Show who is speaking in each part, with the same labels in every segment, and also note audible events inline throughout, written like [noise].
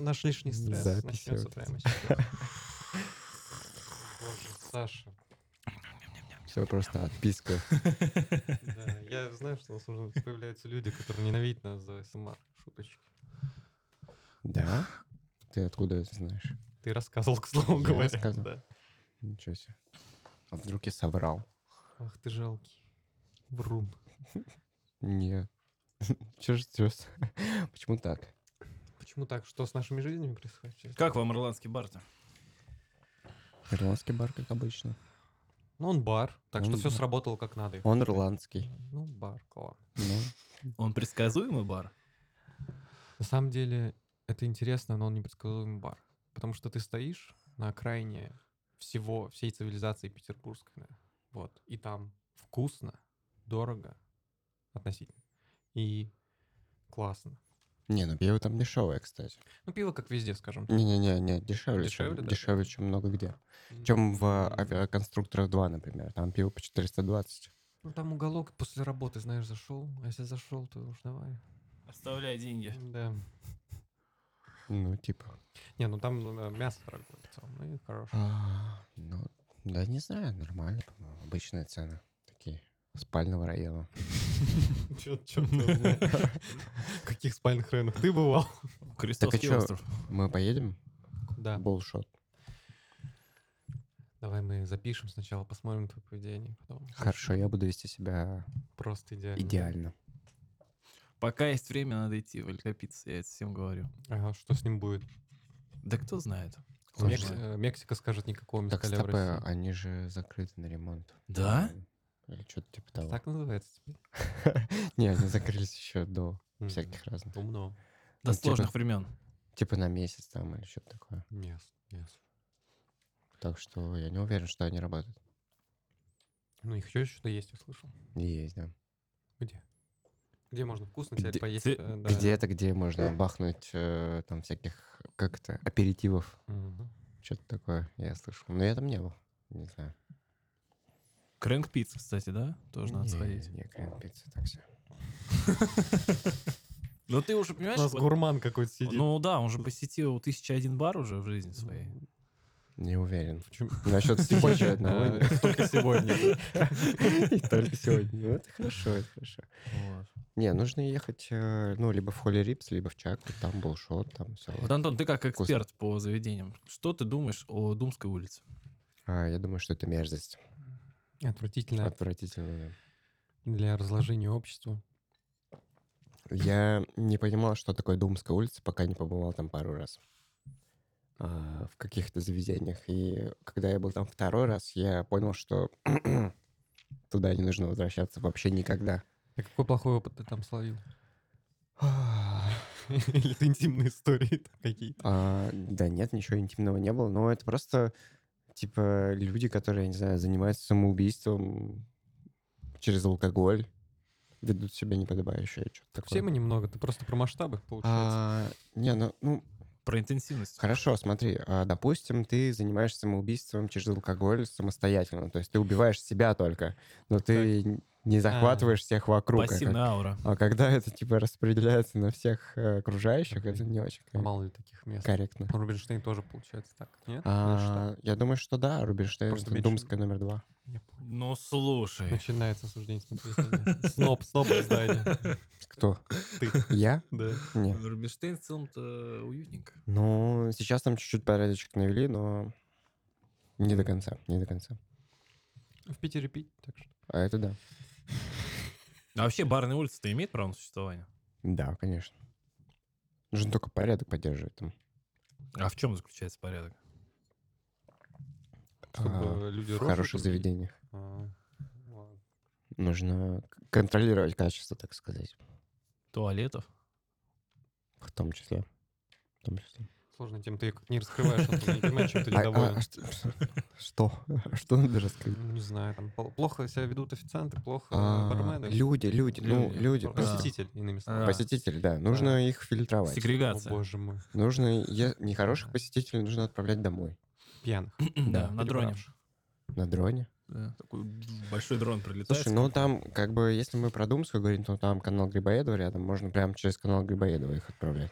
Speaker 1: наш лишний стресс.
Speaker 2: Записи
Speaker 1: Начнем с
Speaker 2: вот
Speaker 1: утра
Speaker 2: эти.
Speaker 1: мы сейчас. [laughs] Боже, Саша.
Speaker 2: Все просто отписка.
Speaker 1: Да, я знаю, что у нас уже появляются люди, которые ненавидят нас за СМР. Шуточки.
Speaker 2: Да? Ты откуда это знаешь?
Speaker 1: Ты рассказывал, к слову
Speaker 2: Я
Speaker 1: говоря.
Speaker 2: рассказывал.
Speaker 1: да.
Speaker 2: Ничего себе. А вдруг я соврал?
Speaker 1: Ах ты жалкий. Врун.
Speaker 2: Нет. [laughs] Чё ж чё ж- [laughs] Почему так?
Speaker 1: Почему так? Что с нашими жизнями происходит? сейчас?
Speaker 3: Как вам ирландский бар-то?
Speaker 2: Ирландский бар, как обычно.
Speaker 1: Ну, он бар, так
Speaker 2: Он
Speaker 1: что все
Speaker 2: бар.
Speaker 1: сработало как надо.
Speaker 2: Он ирландский.
Speaker 1: Ну, бар, класс.
Speaker 2: Ну,
Speaker 3: Он предсказуемый бар?
Speaker 1: На самом деле, это интересно, но он непредсказуемый бар. Потому что ты стоишь на окраине всего, всей цивилизации петербургской. да, Вот. И там вкусно, дорого, относительно. И классно.
Speaker 2: Не, ну пиво там дешевое, кстати.
Speaker 1: Ну, пиво как везде, скажем так.
Speaker 2: Не-не-не, дешевле,
Speaker 1: Дешевле,
Speaker 2: чем,
Speaker 1: да?
Speaker 2: дешевле, чем много где. Чем в
Speaker 1: М,
Speaker 2: авиаконструкторах 2, например. Там пиво по 420.
Speaker 1: Ну, там уголок после работы, знаешь, зашел. А если зашел, то уж давай.
Speaker 3: Оставляй деньги.
Speaker 1: Да.
Speaker 2: Ну, типа.
Speaker 1: Не, ну там э, мясо дорогое в целом, ну и хорошее.
Speaker 2: А, ну, да не знаю, нормально, по-моему. Обычные цены. Такие. Спального района.
Speaker 1: [laughs] Чё, чё [laughs] ты знаешь? Каких спальных районов ты бывал?
Speaker 3: Крестовский
Speaker 2: чё?
Speaker 3: остров.
Speaker 2: Мы поедем?
Speaker 1: Да.
Speaker 2: Болшот.
Speaker 1: Давай мы запишем сначала, посмотрим твое поведение, потом
Speaker 2: Хорошо, я буду вести себя
Speaker 1: просто идеально.
Speaker 2: идеально.
Speaker 3: Пока есть время, надо идти выльтопиться, я это всем говорю.
Speaker 1: А что с ним будет?
Speaker 3: Да кто знает.
Speaker 2: Слушай,
Speaker 1: Мекс- э, Мексика скажет никакого
Speaker 2: Так,
Speaker 1: мискаля в
Speaker 2: стопы,
Speaker 1: России.
Speaker 2: они же закрыты на ремонт.
Speaker 3: Да?
Speaker 2: Или что-то типа того.
Speaker 1: Так называется теперь. [laughs]
Speaker 2: Не, они закрылись еще до
Speaker 1: Мгм.
Speaker 2: всяких разных.
Speaker 1: Умно.
Speaker 3: До
Speaker 2: Ну, типа-
Speaker 3: сложных времен.
Speaker 2: Типа на месяц там или что-то такое.
Speaker 1: Yes, yes.
Speaker 2: Так что я не уверен, что они работают.
Speaker 1: Ну, их еще что-то есть, я слышал.
Speaker 2: Есть, да.
Speaker 1: Где? Где можно вкусно теперь
Speaker 3: Где-
Speaker 1: поесть?
Speaker 3: ты-
Speaker 1: э, да.
Speaker 2: Где-то, где можно бахнуть э, там всяких, как это, аперитивов.
Speaker 1: Мгм.
Speaker 2: Что-то такое, я слышал. Но я там не был. Не знаю.
Speaker 3: Крэнк пицца, кстати, да? Тоже надо
Speaker 2: Не,
Speaker 3: сходить.
Speaker 2: Не, крем пицца, так все.
Speaker 3: Ну ты уже
Speaker 1: У
Speaker 3: понимаешь,
Speaker 1: нас
Speaker 3: вот-
Speaker 1: гурман какой-то сидит.
Speaker 3: ну да, он же посетил 1001 бар уже в жизни своей.
Speaker 2: Не уверен.
Speaker 1: Почему?
Speaker 2: Насчет
Speaker 1: Больше
Speaker 2: сегодня одного.
Speaker 1: э, только сегодня.
Speaker 2: [laughs] И Только сегодня. Ну, это хорошо, это хорошо.
Speaker 3: Вот.
Speaker 2: Не, нужно ехать, э, ну, либо в Холли Рипс, либо в Чак, там был шот, там все.
Speaker 3: Вот, Антон, ты как эксперт по заведениям, что ты думаешь о Думской улице?
Speaker 2: А, я думаю, что это мерзость.
Speaker 1: Отвратительно
Speaker 2: Отвратительно.
Speaker 1: для разложения общества.
Speaker 2: да. Я не понимал, что такое Думская улица, пока не побывал там пару раз. А, в каких-то заведениях. И когда я был там второй раз, я понял, что [clears throat] туда не нужно возвращаться вообще никогда.
Speaker 1: А какой плохой опыт ты там
Speaker 2: [laughs]
Speaker 1: словил? Или ты интимные истории там какие-то?
Speaker 2: А, да нет, ничего интимного не было, но это просто, типа, люди, которые, я не знаю, занимаются самоубийством через алкоголь, ведут себя неподобающе, что-то такое.
Speaker 1: Все мы немного, ты просто про масштабы, получается.
Speaker 2: А, не, ну, ну,
Speaker 3: Про интенсивность.
Speaker 2: хорошо, смотри, а, допустим, ты занимаешься самоубийством через алкоголь самостоятельно, то есть ты убиваешь себя только, но ты н- не захватываешь всех вокруг. а как-
Speaker 3: Пассивная аура.
Speaker 2: А когда это, типа, распределяется на всех э, окружающих,
Speaker 1: Такой
Speaker 2: это не очень кор-
Speaker 1: Мало ли таких мест.
Speaker 2: корректно.
Speaker 1: Рубинштейн тоже получается так, нет? Или
Speaker 2: А,
Speaker 1: Ну что?
Speaker 2: я думаю, что да, Рубинштейн
Speaker 1: Просто
Speaker 2: это
Speaker 1: меньше-
Speaker 2: Думская номер два.
Speaker 1: Я понял.
Speaker 3: Ну слушай.
Speaker 1: Начинается осуждение,
Speaker 2: [laughs]
Speaker 1: смотри. Саня. Сноб, сноб издание.
Speaker 2: Кто?
Speaker 1: Ты.
Speaker 2: Я?
Speaker 1: Да.
Speaker 2: Нет.
Speaker 3: Рубинштейн в целом-то уютненько.
Speaker 2: Ну, сейчас там чуть-чуть порядочек навели, но не до конца, не до конца.
Speaker 1: В Питере пить, так что.
Speaker 2: А это да.
Speaker 3: А вообще барная улица-то имеет право на существование?
Speaker 2: Да, конечно. Нужно только порядок поддерживать там.
Speaker 3: А в чем заключается порядок?
Speaker 2: А,
Speaker 1: Чтобы люди
Speaker 2: в
Speaker 1: рожи
Speaker 2: хороших
Speaker 1: друг-
Speaker 2: заведениях.
Speaker 1: А, ладно.
Speaker 2: Нужно к- контролировать качество, так сказать.
Speaker 3: Туалетов?
Speaker 2: В том числе. В том числе.
Speaker 1: Сложная тема, ты ее как не раскрываешь, Антон, не понимаешь, чем ты
Speaker 2: [laughs] А- а-
Speaker 1: недоволен.
Speaker 2: а что- [laughs] Что? А Что надо раскрыть?
Speaker 1: Ну, Не знаю, там пол- плохо себя ведут официанты, плохо
Speaker 2: А,
Speaker 1: бармены.
Speaker 2: Люди, люди, ну,
Speaker 1: Люди.
Speaker 2: люди. просто
Speaker 1: Посетитель, иными
Speaker 3: А.
Speaker 1: словами.
Speaker 2: Посетители, да. Нужно их фильтровать.
Speaker 1: О,
Speaker 3: Сегрегация.
Speaker 1: боже мой.
Speaker 2: Нужно е- нехороших посетителей нужно отправлять домой.
Speaker 1: Пьяных.
Speaker 3: [clears throat] Да, [clears throat] на дроне.
Speaker 1: перебравших.
Speaker 2: На дроне.
Speaker 3: Да, Такой большой дрон прилетает.
Speaker 2: Слушай, ну там, как бы, если мы про Думскую говорим, то там канал Грибоедова рядом, можно прямо через канал Грибоедова их отправлять.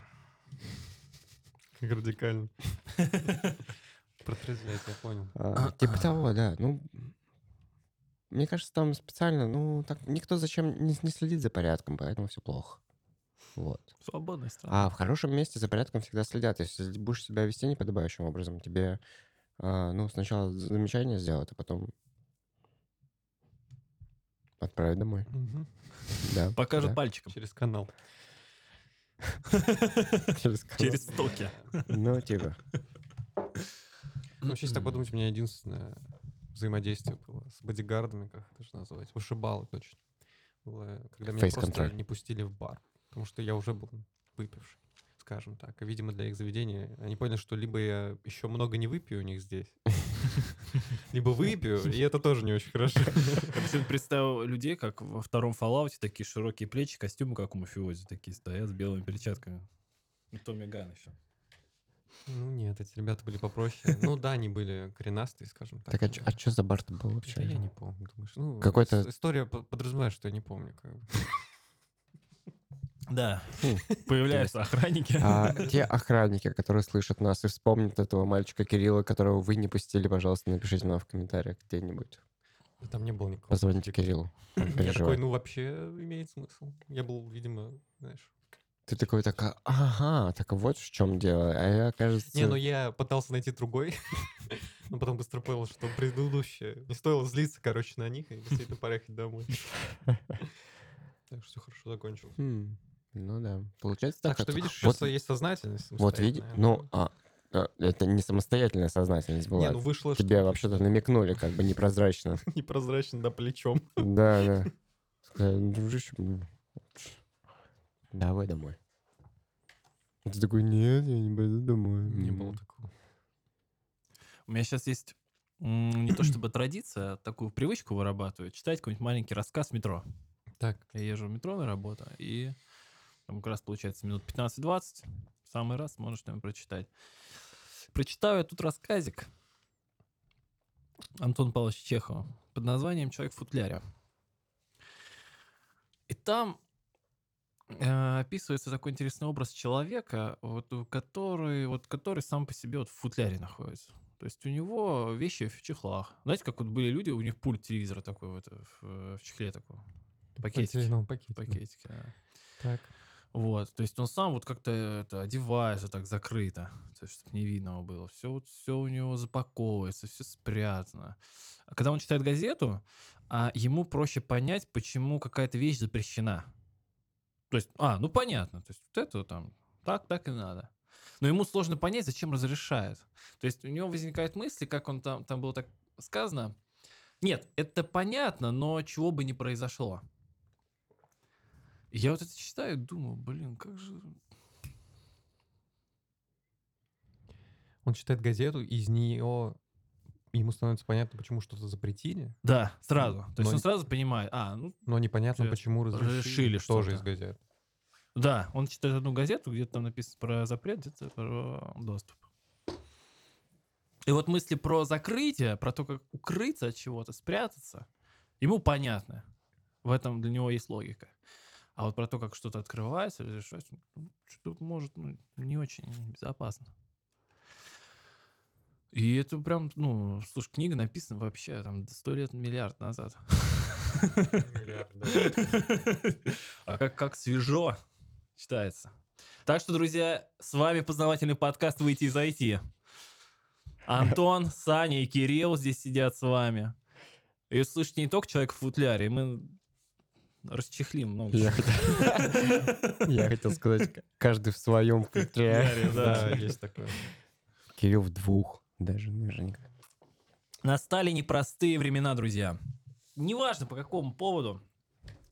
Speaker 1: Как радикально.
Speaker 3: [laughs]
Speaker 1: Протрезвлять, я понял.
Speaker 2: А, Типа того, да. Ну, мне кажется, там специально, ну, так никто зачем не, не следит за порядком, поэтому все плохо. Вот.
Speaker 3: Свободная страна.
Speaker 2: А в хорошем месте за порядком всегда следят. Если будешь себя вести неподобающим образом, тебе, а, ну, сначала замечание сделают, а потом отправят домой.
Speaker 1: Мгм.
Speaker 2: Да.
Speaker 3: Покажут
Speaker 2: а да. [laughs]
Speaker 3: пальчиком.
Speaker 1: Через канал.
Speaker 2: Через
Speaker 1: [laughs]
Speaker 2: коло-
Speaker 3: Через токи.
Speaker 2: Ну, типа.
Speaker 1: Ну, Вообще, если так подумать, у меня единственное взаимодействие было с бодигардами, как это же назвать, вышибалы точно. Было, когда меня просто
Speaker 2: Фейс-контроль.
Speaker 1: не пустили в бар, потому что я уже был выпивший, скажем так. И, видимо, для их заведения они поняли, что либо я еще много не выпью у них
Speaker 2: [laughs]
Speaker 1: здесь, либо выпью, и это тоже не очень
Speaker 2: [laughs]
Speaker 1: хорошо.
Speaker 3: Я бы себе представил людей, как во втором Fallout, такие широкие плечи, костюмы, как у мафиози, такие стоят с белыми перчатками. И Томми Ган еще.
Speaker 1: Ну нет, эти ребята были попроще. Ну да, они были коренастые, скажем так.
Speaker 2: Так, а, чё- а что за бар-то был вообще?
Speaker 1: Да я не помню, думаешь. Ну,
Speaker 2: Какой-то-
Speaker 1: ис- История по- подразумевает, что я не помню. как бы.
Speaker 3: Да,
Speaker 2: Хм.
Speaker 3: появляются охранники.
Speaker 1: [laughs]
Speaker 2: А те охранники, которые слышат нас и вспомнят этого мальчика Кирилла, которого вы не пустили, пожалуйста, напишите нам в комментариях где-нибудь.
Speaker 1: Да Там не было никакого.
Speaker 2: Позвоните Кириллу.
Speaker 1: [laughs] Я
Speaker 2: он
Speaker 1: такой,
Speaker 2: переживает.
Speaker 1: ну вообще имеет смысл. Я был, видимо, знаешь...
Speaker 2: Ты такой, такая, ага, так вот в чем дело. А я, кажется...
Speaker 1: Не, ну я пытался найти другой, [laughs] но потом быстро понял, что предыдущее. Не стоило злиться, короче, на них и действительно поехать домой. Так что все хорошо закончилось.
Speaker 2: хм, ну да, получается
Speaker 1: Так
Speaker 2: так.
Speaker 1: что
Speaker 2: это-
Speaker 1: видишь,
Speaker 2: вот,
Speaker 1: сейчас есть сознательность.
Speaker 2: Вот видишь,
Speaker 1: самостоятельная.
Speaker 2: ну, а, а, это не самостоятельная сознательность была.
Speaker 1: Не, ну вышло, что
Speaker 2: Тебе вообще-то намекнули как бы непрозрачно.
Speaker 1: [laughs] непрозрачно, да, плечом.
Speaker 2: Да, да. Сказали, «Ну, Дружище, м, давай домой. Ты такой, нет, я не пойду домой.
Speaker 1: Не
Speaker 2: М.
Speaker 1: было такого.
Speaker 3: У меня сейчас есть м, не то чтобы традиция, а такую привычку вырабатываю, читать какой-нибудь маленький рассказ в метро.
Speaker 1: Так,
Speaker 3: Я езжу в метро на работу, и там как раз получается минут 15-20, в самый раз можно что-нибудь прочитать. Прочитаю я тут рассказик Антона Павловича Чехова под названием «Человек в футляре». И там э, описывается такой интересный образ человека, вот, у который, вот, который сам по себе вот в футляре находится. То есть у него вещи в чехлах. Знаете, как вот были люди, у них пульт телевизора такой вот э, в, э, в чехле такой. Пакетик.
Speaker 1: потерянного пакетика.
Speaker 3: Пакетики, да.
Speaker 1: Так.
Speaker 3: Вот, то есть он сам вот как-то э, это, одевается так закрыто, то есть, чтобы не видно его было. Все, вот, все у него запаковывается, все спрятано. А когда он читает газету, а ему проще понять, почему какая-то вещь запрещена. То есть, а, ну понятно, то есть вот это там так, так и надо. Но ему сложно понять, зачем разрешают. То есть у него возникают мысли, как он там, там было так сказано. Нет, это понятно, но чего бы ни произошло. И Я вот это читаю, думаю, блин, как же...
Speaker 1: Он читает газету, и из нее ему становится понятно, почему что-то запретили,
Speaker 3: Да, сразу. То есть
Speaker 1: Но-
Speaker 3: он сразу понимает, а, ну
Speaker 1: но непонятно,
Speaker 3: Чё,
Speaker 1: почему разрешили.
Speaker 3: разрешили
Speaker 1: тоже из
Speaker 3: что-то.
Speaker 1: газет.
Speaker 3: да, он читает одну газету, где-то там написано про запрет, где-то про доступ. И вот мысли про закрытие, про то, как укрыться от чего-то, спрятаться, ему понятно. В этом для него есть логика. А вот про то, как что-то открывается, разрешается, ну, что-то может ну, не очень безопасно. И это прям, ну, слушай, книга написана вообще там сто лет миллиард назад. [laughs] А как, как свежо читается. Так что, друзья, с вами познавательный подкаст «Выйти и зайти». Антон, Саня и Кирилл здесь сидят с вами. И услышите не только человек в футляре, мы расчехлим много
Speaker 2: Я
Speaker 3: чего.
Speaker 2: хотел- я хотел
Speaker 1: [laughs]
Speaker 2: сказать, к- каждый в своем
Speaker 3: футляре,
Speaker 1: Да, есть такое.
Speaker 2: Кирилл в двух даже наверняка.
Speaker 3: Настали непростые времена, друзья. Неважно по какому поводу,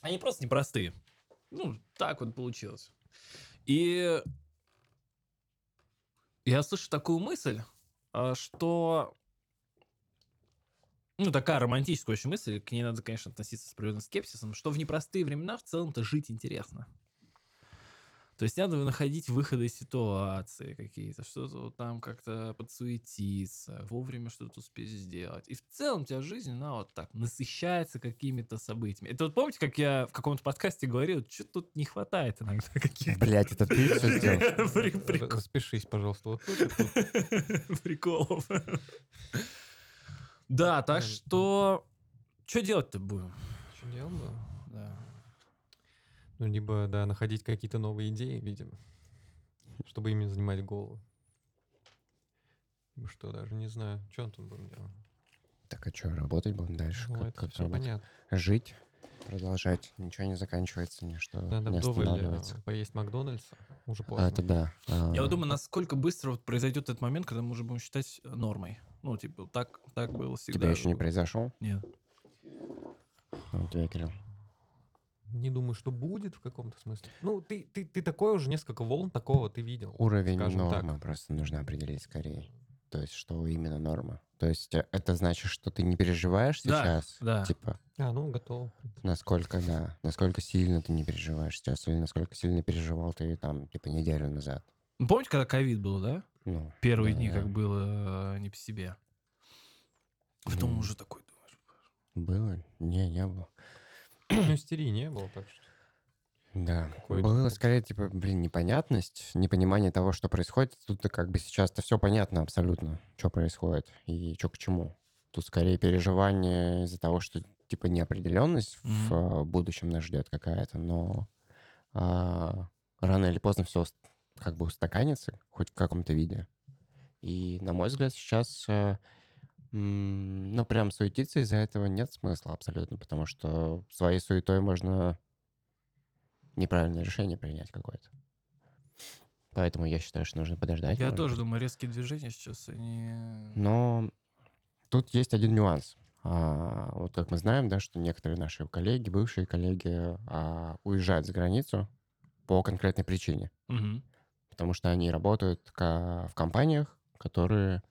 Speaker 3: они просто непростые. Ну, так вот получилось. И я слышу такую мысль, а, что... Ну, такая романтическая очень мысль, к ней надо, конечно, относиться с определенным скепсисом, что в непростые времена в целом-то жить интересно. То есть надо находить выходы из ситуации какие-то, что-то вот там как-то подсуетиться, вовремя что-то успеть сделать. И в целом у тебя жизнь, она вот так насыщается какими-то событиями. Это вот помните, как я в каком-то подкасте говорил, что тут не хватает иногда [laughs] каких-то...
Speaker 2: Блять, это ты все
Speaker 1: [laughs]
Speaker 2: сделал?
Speaker 3: [laughs] при-
Speaker 1: Р-
Speaker 3: прикол-
Speaker 1: Э, Распишись, пожалуйста, вот тут, и тут.
Speaker 3: [laughs] Приколов. Да, так
Speaker 1: Эм,
Speaker 3: что... Что делать-то будем?
Speaker 1: Чё делал бы?
Speaker 3: Да.
Speaker 1: Ну, либо, да, находить какие-то новые идеи, видимо, чтобы ими занимать голову. Ну Что, даже не знаю, что он тут будем делать.
Speaker 2: Так, а что, работать будем дальше?
Speaker 1: Ну,
Speaker 2: Как-
Speaker 1: это
Speaker 2: как
Speaker 1: все
Speaker 2: работать?
Speaker 1: понятно.
Speaker 2: Жить, продолжать. Ничего не заканчивается, ничто
Speaker 1: Надо
Speaker 2: не
Speaker 1: в Довеле
Speaker 2: останавливается.
Speaker 1: поесть Макдональдса, уже
Speaker 2: А,
Speaker 1: поздно.
Speaker 2: это да. А,
Speaker 3: Я вот думаю, насколько быстро вот произойдет этот момент, когда мы уже будем считать э, нормой. Ну, типа, так, так было
Speaker 2: у
Speaker 3: всегда.
Speaker 2: тебя еще не произошел?
Speaker 3: Нет.
Speaker 2: Ну, у тебя, Кирилл.
Speaker 1: Не думаю, что будет в каком-то смысле. Ну, ты, ты, ты такой уже, несколько волн такого ты видел.
Speaker 2: Уровень
Speaker 1: Скажем так.
Speaker 2: нормы просто нужно определить скорее. То есть, что именно норма. То есть, э, это значит, что ты не переживаешь
Speaker 3: Да,
Speaker 2: сейчас?
Speaker 3: да.
Speaker 2: Типа,
Speaker 1: А, ну, [clears throat] готово.
Speaker 2: насколько, да, насколько сильно ты не переживаешь сейчас, или насколько сильно переживал ты там, типа, неделю назад.
Speaker 3: Ну, Помните, когда ковид был, да?
Speaker 2: Ну,
Speaker 3: Первые дни,
Speaker 2: да.
Speaker 3: как было э, не по себе. Потом
Speaker 2: Мгм.
Speaker 3: уже такой думаешь.
Speaker 2: Было? Не, не было.
Speaker 1: Ну, истерии не было, так что.
Speaker 2: Да.
Speaker 1: Какой-то
Speaker 2: Было
Speaker 1: вот.
Speaker 2: скорее, типа, блин, непонятность, непонимание того, что происходит. Тут-то как бы сейчас-то все понятно абсолютно, что происходит и что к чему. Тут скорее переживание из-за того, что, типа, неопределенность в э, будущем нас ждет какая-то, но а, рано или поздно все как бы устаканится, хоть в каком-то виде. И, на мой взгляд, сейчас, э, м, ну, прям суетиться из-за этого нет смысла абсолютно, потому что своей суетой можно неправильное решение принять какое-то. Поэтому я считаю, что нужно подождать.
Speaker 3: Я
Speaker 2: может
Speaker 3: тоже
Speaker 2: быть. Ну.
Speaker 3: думаю, резкие движения сейчас, они...
Speaker 2: Но тут есть один нюанс. А, вот как мы знаем, да, что некоторые наши коллеги, бывшие коллеги, а, уезжают за границу по конкретной причине.
Speaker 3: Мгм.
Speaker 2: Потому что они работают ка- в компаниях, которые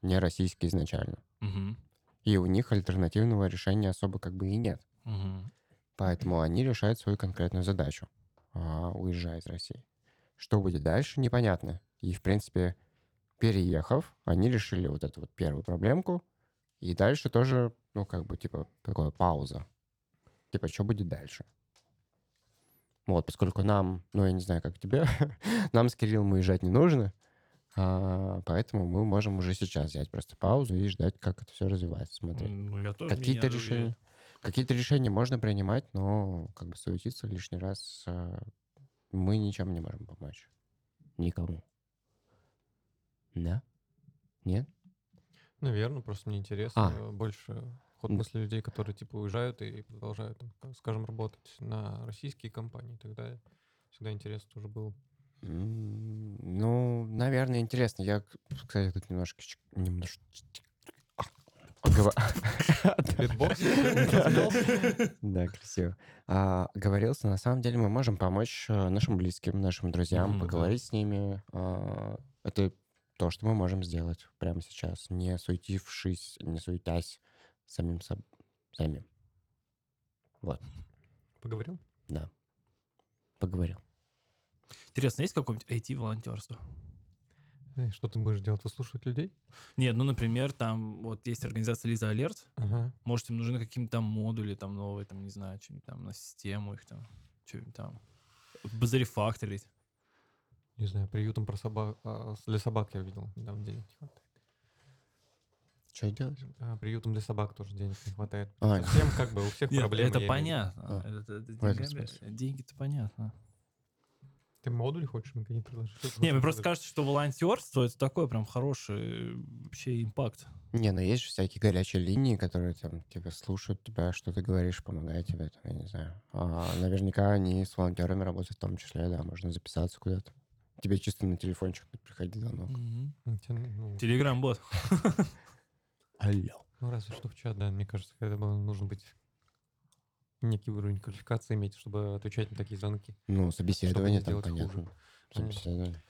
Speaker 2: не российские изначально.
Speaker 3: Мгм.
Speaker 2: И у них альтернативного решения особо как бы и нет.
Speaker 3: Мгм.
Speaker 2: Поэтому они решают свою конкретную задачу, а, уезжая из России. Что будет дальше, непонятно. И, в принципе, переехав, они решили вот эту вот первую проблемку. И дальше тоже, ну, как бы, типа, такая пауза. Типа, что будет дальше? Вот, поскольку нам, ну, я не знаю, как тебе, [laughs] нам с Кириллом уезжать не нужно, а, поэтому мы можем уже сейчас взять просто паузу и ждать, как это все развивается, смотреть.
Speaker 3: Ну, я тоже
Speaker 2: Какие-то
Speaker 3: меня
Speaker 2: решения, какие-то решения можно принимать, но как бы суетиться лишний раз э, мы ничем не можем помочь. Никому. Да? Нет?
Speaker 1: Наверное, просто мне интересно
Speaker 2: А.
Speaker 1: э, больше ход
Speaker 2: М.
Speaker 1: мысли людей, которые типа уезжают и продолжают, там, ка- скажем, работать на российские компании и так далее. Всегда интересно тоже было.
Speaker 2: М, Ну, наверное, интересно. Я, к- кстати, тут немножко... ч- немножко...
Speaker 1: Битбокс?
Speaker 2: Да, красиво. А, говорился, на самом деле мы можем помочь э, нашим близким, нашим друзьям,
Speaker 3: Мгм, да.
Speaker 2: поговорить с ними. А, это то, что мы можем сделать прямо сейчас, не суетившись, не суетясь самим соб- самим.
Speaker 1: Поговорил?
Speaker 2: Поговорил.
Speaker 3: Интересно, есть какое-нибудь IT-волонтерство?
Speaker 1: Э, Что ты будешь делать? Выслушивать людей?
Speaker 3: Нет, ну, например, там вот есть организация Лиза Алерт,
Speaker 1: Ага.
Speaker 3: Может, им нужны какие-то там модули там новые, там, не знаю, что-нибудь там на систему их там, что-нибудь там. Базарифакторить.
Speaker 1: Не знаю, приютом про собак а, с- для собак я видел недавно денег не хватает.
Speaker 2: Что делать?
Speaker 1: А, приютом для собак тоже денег не хватает.
Speaker 2: А,
Speaker 1: Всем как бы у всех
Speaker 3: Нет,
Speaker 1: проблемы.
Speaker 3: это
Speaker 1: я имею в виду.
Speaker 3: понятно.
Speaker 2: А,
Speaker 3: Это- это
Speaker 2: в этом
Speaker 3: деньгами-
Speaker 2: смысле.
Speaker 3: Деньги-то понятно.
Speaker 1: Ты модуль хочешь мне какие-то предложить?
Speaker 3: Не, мне просто кажется, что волонтерство это такой прям хороший э, вообще импакт.
Speaker 2: Не, ну есть же всякие горячие линии, которые там тебя слушают, тебя что ты говоришь, помогают тебе, там, я не знаю. А, наверняка они с волонтерами работают в том числе, да, можно записаться куда-то. Тебе чисто на телефончик приходит звонок.
Speaker 1: Ну, те- Ну,
Speaker 3: Телеграм-бот.
Speaker 2: Алло.
Speaker 1: ну, разве что в чат, да, мне кажется, когда бы нужно быть некий уровень квалификации иметь, чтобы отвечать на такие звонки.
Speaker 2: Ну, собеседование
Speaker 1: не
Speaker 2: там,
Speaker 1: делать хуже.
Speaker 2: понятно. Собеседование.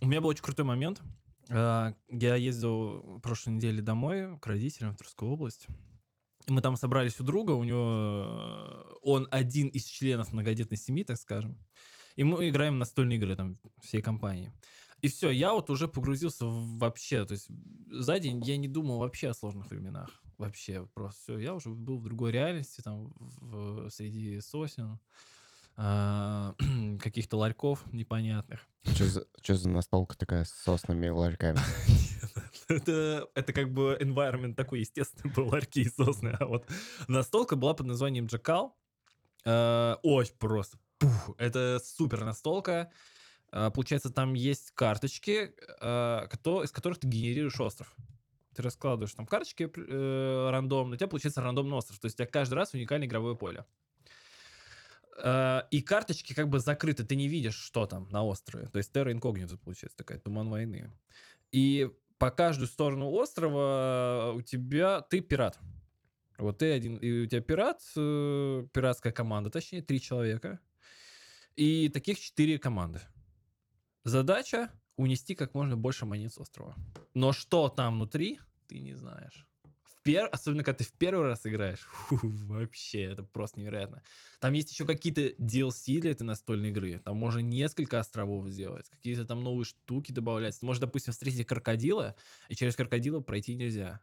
Speaker 3: У меня был очень крутой момент. А, Я ездил прошлой неделе домой к родителям в Тверскую область. Мы там собрались у друга, у него... э, Он один из членов многодетной семьи, так скажем. И мы играем в настольные игры там всей компании. И все, я вот уже погрузился в- вообще. То есть за день я не думал вообще о сложных временах. Вообще просто все. Я уже был в другой реальности, там, в- среди сосен, а, [clears throat] каких-то ларьков непонятных.
Speaker 2: Что за, чё за настолка такая с соснами
Speaker 1: [laughs]
Speaker 2: и ларьками?
Speaker 3: [laughs] это, это как бы environment такой естественный [laughs] был, ларьки и сосны. А вот настолка была под названием Джакал. Э, Очень просто. Пух, это супер настолка. Э, Получается, там есть карточки, э, кто- из которых ты генерируешь остров. Ты раскладываешь там карточки э, рандомно, у тебя получается рандомный остров. То есть у тебя каждый раз уникальное игровое поле. Э, И карточки как бы закрыты, ты не видишь, что там на острове. То есть терра инкогнито получается такая, туман войны. И по каждую сторону острова э, у тебя ты пират. Вот ты один, и у тебя пират, э, пиратская команда, точнее, три человека. И таких четыре команды. Задача унести как можно больше монет с острова. Но что там внутри, ты не знаешь. В пер- Особенно, когда ты в первый раз играешь. [laughs] Фу, вообще, это просто невероятно. Там есть еще какие-то DLC для этой настольной игры. Там можно несколько островов сделать, какие-то там новые штуки добавлять. Ты можешь, допустим, встретить крокодила, и через крокодила пройти нельзя.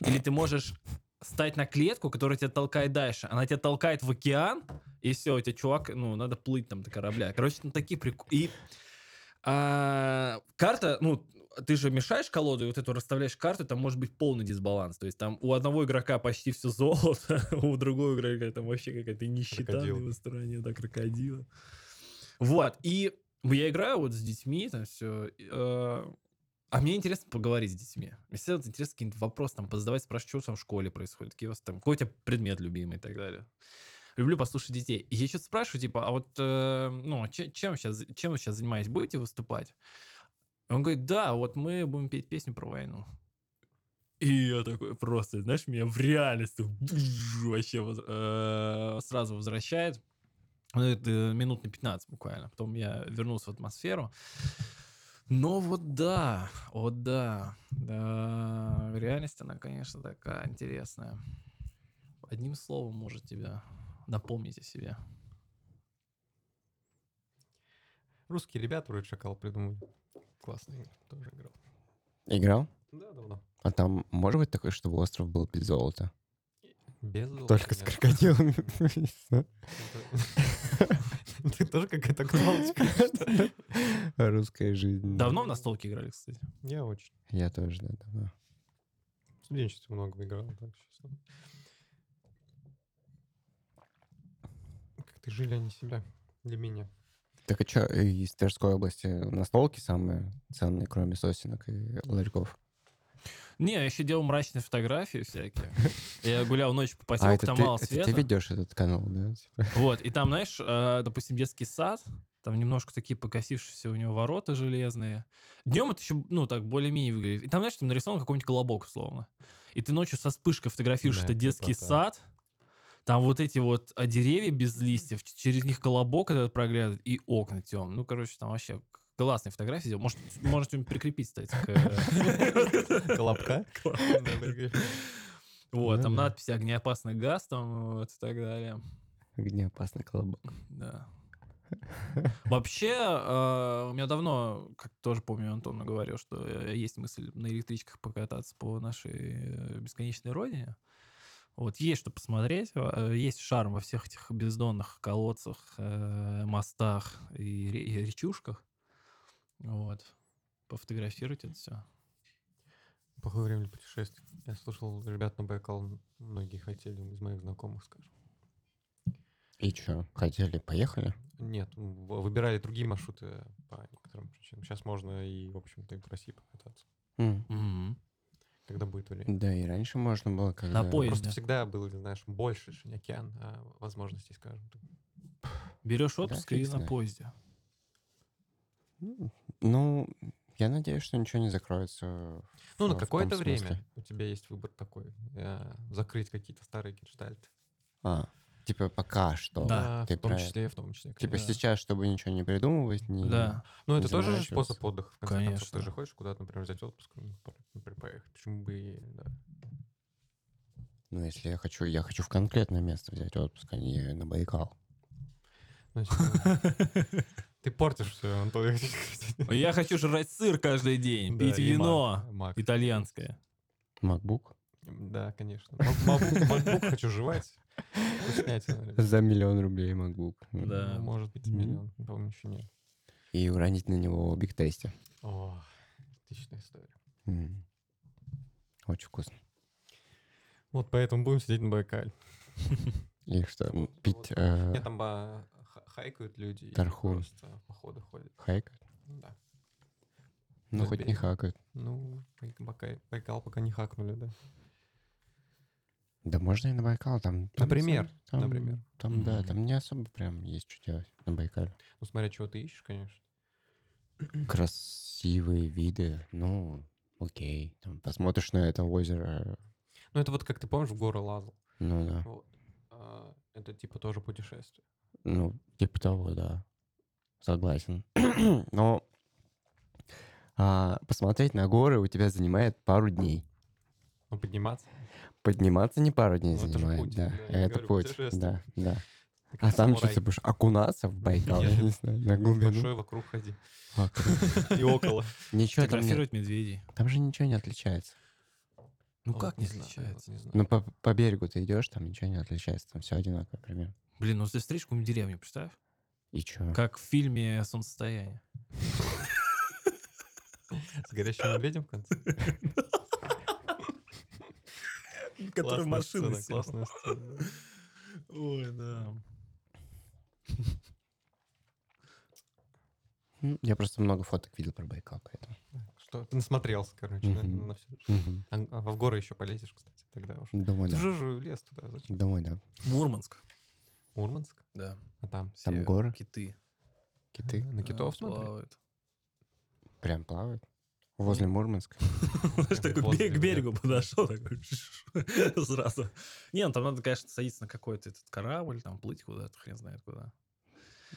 Speaker 3: Или ты можешь стать на клетку, которая тебя толкает дальше. Она тебя толкает в океан, и все, у тебя чувак, ну, надо плыть там до корабля. Короче, там такие приколы. И а, карта, ну, ты же мешаешь колоду, и вот эту расставляешь карты, там может быть полный дисбаланс. То есть там у одного игрока почти все золото, [laughs] у другого игрока там вообще какая-то нищета на
Speaker 1: Крокодил.
Speaker 3: его стороне, да, крокодила. Вот, и я играю вот с детьми, там все. А мне интересно поговорить с детьми. Мне всегда вот интересно какие-нибудь вопросы там позадавать, спрашивать, что там в школе происходит, какие у вас там, какой у тебя предмет любимый и так далее. Люблю послушать детей. И я что-то спрашиваю, типа, а вот, э, ну, че- чем, сейчас, чем вы сейчас занимаетесь? Будете выступать? Он говорит, да, вот мы будем петь песню про войну. И я такой просто, знаешь, меня в реальность [laughs] так вообще воз- э, сразу возвращает. Ну, Это минут на 15 буквально. Потом я вернулся в атмосферу. Но вот да, вот да, да, реальность она, конечно, такая интересная. Одним словом может тебя напомнить о себе.
Speaker 1: Русские ребята вроде шакал придумали. Классный тоже играл.
Speaker 2: Играл?
Speaker 1: Да, давно.
Speaker 2: А там может быть такое, чтобы остров был без золота?
Speaker 1: Без золота,
Speaker 2: Только с
Speaker 1: нет.
Speaker 2: крокодилами.
Speaker 1: [laughs] Это- [laughs] Ты тоже какая-то актуалочка.
Speaker 2: Русская жизнь.
Speaker 3: Давно в настолке играли, кстати.
Speaker 1: Я очень.
Speaker 2: Я тоже, да, давно.
Speaker 1: В студенчестве много играл. так, честно. Как-то жили они себя для меня.
Speaker 2: Так а что из Тверской области настолки самые ценные, кроме сосенок и ларьков?
Speaker 3: Не, я еще делал мрачные фотографии всякие. Я гулял ночью по
Speaker 2: А
Speaker 3: поселку,
Speaker 2: это
Speaker 3: там
Speaker 2: ты,
Speaker 3: мало
Speaker 2: это
Speaker 3: света.
Speaker 2: ты ведешь этот канал, да? типа?
Speaker 3: Вот, и там, знаешь, э, допустим, детский сад, там немножко такие покосившиеся у него ворота железные. Днем это еще, ну, так, более-менее выглядит. И там, знаешь, там нарисован какой-нибудь колобок, условно. И ты ночью со вспышкой фотографируешь
Speaker 1: Да,
Speaker 3: это детский
Speaker 1: красота.
Speaker 3: сад, там вот эти вот а, деревья без листьев, ч- через них колобок этот проглядывает, и окна тем. Ну, короче, там вообще классные фотографии. сделал. Может, может что-нибудь прикрепить, кстати, к...
Speaker 1: [laughs]
Speaker 3: э, [laughs]
Speaker 1: Колобка? Ну
Speaker 3: Вот, там
Speaker 2: Да-да.
Speaker 3: надпись «Огнеопасный газ», там вот и так далее.
Speaker 2: Где опасный колобок?
Speaker 3: Да. Вообще, э, у меня давно, как тоже помню, Антон говорил, что э, есть мысль на электричках покататься по нашей э, бесконечной родине. Вот, есть что посмотреть, э, есть шарм во всех этих бездонных колодцах, э, мостах и ре- и речушках. Вот. Пофотографировать это все.
Speaker 1: Плохое время путешествий. Я слушал, ребят на Байкал многие хотели, из моих знакомых, скажем.
Speaker 2: И что, хотели, поехали?
Speaker 1: Нет, м, в- выбирали другие маршруты по некоторым причинам. Сейчас можно и, в общем-то, и по России покататься,
Speaker 2: М.
Speaker 1: когда будет время.
Speaker 2: Да, и раньше можно было, когда...
Speaker 3: поезд.
Speaker 1: Просто
Speaker 3: да.
Speaker 1: всегда был, знаешь, больше, чем океан, а, возможностей, скажем так.
Speaker 3: Берешь
Speaker 2: Да,
Speaker 3: отпуск
Speaker 2: фиг
Speaker 3: и на
Speaker 2: знает.
Speaker 3: поезде.
Speaker 2: М, Ну, я надеюсь, что ничего не закроется.
Speaker 1: Ну,
Speaker 2: в
Speaker 1: на
Speaker 2: том
Speaker 1: какое-то
Speaker 2: смысле.
Speaker 1: время у тебя есть выбор такой. э, Закрыть какие-то старые гештальты.
Speaker 2: А, типа пока что.
Speaker 3: Да,
Speaker 2: ты
Speaker 1: в том
Speaker 2: про это.
Speaker 1: числе, в том числе.
Speaker 2: Типа
Speaker 1: конечно.
Speaker 2: сейчас, чтобы ничего не придумывать, не...
Speaker 3: Да.
Speaker 1: Ну,
Speaker 2: не
Speaker 1: это тоже же
Speaker 2: заморачиваться.
Speaker 1: способ отдыха, в конце концов.
Speaker 3: Конечно.
Speaker 1: Ты же хочешь куда-то, например, взять отпуск, ну, пор- например, поехать. Почему бы и... да.
Speaker 2: Ну, если я хочу, я хочу в конкретное место взять отпуск, а не на Байкал.
Speaker 1: Значит, э, [laughs] Ты портишь все, Антон. я хочу сказать.
Speaker 3: Я хочу жрать сыр каждый день,
Speaker 1: Да,
Speaker 3: пить
Speaker 1: и
Speaker 3: вино
Speaker 1: мак- мак.
Speaker 3: итальянское.
Speaker 2: MacBook
Speaker 1: Да, конечно. Макбук хочу жевать.
Speaker 2: [laughs]
Speaker 1: Вкуснятина, ребят.
Speaker 2: за миллион рублей MacBook. М.
Speaker 3: Да.
Speaker 1: Ну, Может быть,
Speaker 2: Мгм.
Speaker 1: миллион. По-моему, еще нет.
Speaker 2: И уронить на него биг тесте.
Speaker 1: О, отличная история.
Speaker 2: М. Очень вкусно.
Speaker 1: Вот поэтому будем сидеть на Байкале.
Speaker 2: И что, м,
Speaker 1: Вот,
Speaker 2: пить
Speaker 1: вот.
Speaker 2: э,
Speaker 1: Нет, там ба- ха- хайкают люди. и
Speaker 2: Тархун.
Speaker 1: Просто походы ходят.
Speaker 2: хайкают?
Speaker 1: Да.
Speaker 2: Ну, хоть не
Speaker 1: Забей.
Speaker 2: хакают.
Speaker 1: Ну, Бай- Бакай- Байкал пока не хакнули, да.
Speaker 2: Да можно и на Байкал, там... там
Speaker 1: Например,
Speaker 2: сам- там-
Speaker 1: например.
Speaker 2: Там, да,
Speaker 3: Мгм.
Speaker 2: там не особо прям есть что делать на Байкале.
Speaker 1: Ну, смотря чего ты ищешь, конечно.
Speaker 2: Красивые виды, ну, окей. Там посмотришь на это озеро,
Speaker 1: Ну, это вот как ты помнишь, в горы лазал.
Speaker 2: ну да.
Speaker 1: Вот. А, Это типа тоже путешествие.
Speaker 2: Ну, типа того, да. Согласен. [clears throat] Но а, посмотреть на горы у тебя занимает пару дней.
Speaker 1: Ну, подниматься.
Speaker 2: Подниматься не пару дней
Speaker 1: Ну, это же
Speaker 2: занимает,
Speaker 1: путь,
Speaker 2: да.
Speaker 1: да, я
Speaker 2: Это
Speaker 1: говорю,
Speaker 2: путь, да,
Speaker 1: путешествие.
Speaker 2: да.
Speaker 1: как
Speaker 2: А там что
Speaker 1: самурай.
Speaker 2: ты будешь окунаться в Байкал, я
Speaker 1: Нет.
Speaker 2: не знаю, на глубину.
Speaker 1: Большой вокруг ходи.
Speaker 2: Вокруг.
Speaker 1: [laughs] И около.
Speaker 2: Ничего там нет.
Speaker 3: Фотографировать медведей.
Speaker 2: Там же ничего не отличается.
Speaker 3: Ну
Speaker 1: Вот
Speaker 3: как не
Speaker 1: знаю, вот
Speaker 3: отличается?
Speaker 1: не знаю.
Speaker 2: Ну, по, по берегу ты идешь, там ничего не отличается, там все одинаково примерно.
Speaker 3: Блин, ну ты встретишь какую-нибудь деревню, представь?
Speaker 2: И чё?
Speaker 3: Как в фильме «Солнцестояние».
Speaker 1: С горящим медведем в конце.
Speaker 3: [laughs]
Speaker 1: Классная
Speaker 3: Который машина
Speaker 1: сцена, классная сцена. да.
Speaker 3: Ой, да.
Speaker 2: М, Ну, Я просто много фоток видел про Байкал, поэтому.
Speaker 1: Что, ты насмотрелся, короче, да,
Speaker 2: Мгм.
Speaker 1: на всё. А а в горы еще полезешь, кстати, тогда уже.
Speaker 2: Думаю,
Speaker 1: Ты
Speaker 2: да.
Speaker 1: же же лес туда, зачем?
Speaker 2: Думаю, да.
Speaker 3: Мурманск.
Speaker 1: Мурманск,
Speaker 3: Да.
Speaker 1: а там
Speaker 2: Там
Speaker 3: Все
Speaker 2: горы.
Speaker 3: Киты.
Speaker 2: Киты
Speaker 1: на китов
Speaker 3: Да,
Speaker 1: смотри.
Speaker 3: плавают.
Speaker 2: прям плавают. Возле Мурманска.
Speaker 3: [laughs] Знаешь, [laughs] такой
Speaker 1: Возле,
Speaker 3: бе- к
Speaker 1: да.
Speaker 3: берегу подошел, такой [laughs] сразу. Не, ну там надо, конечно, садиться на какой-то этот корабль, там плыть куда-то, хрен знает куда.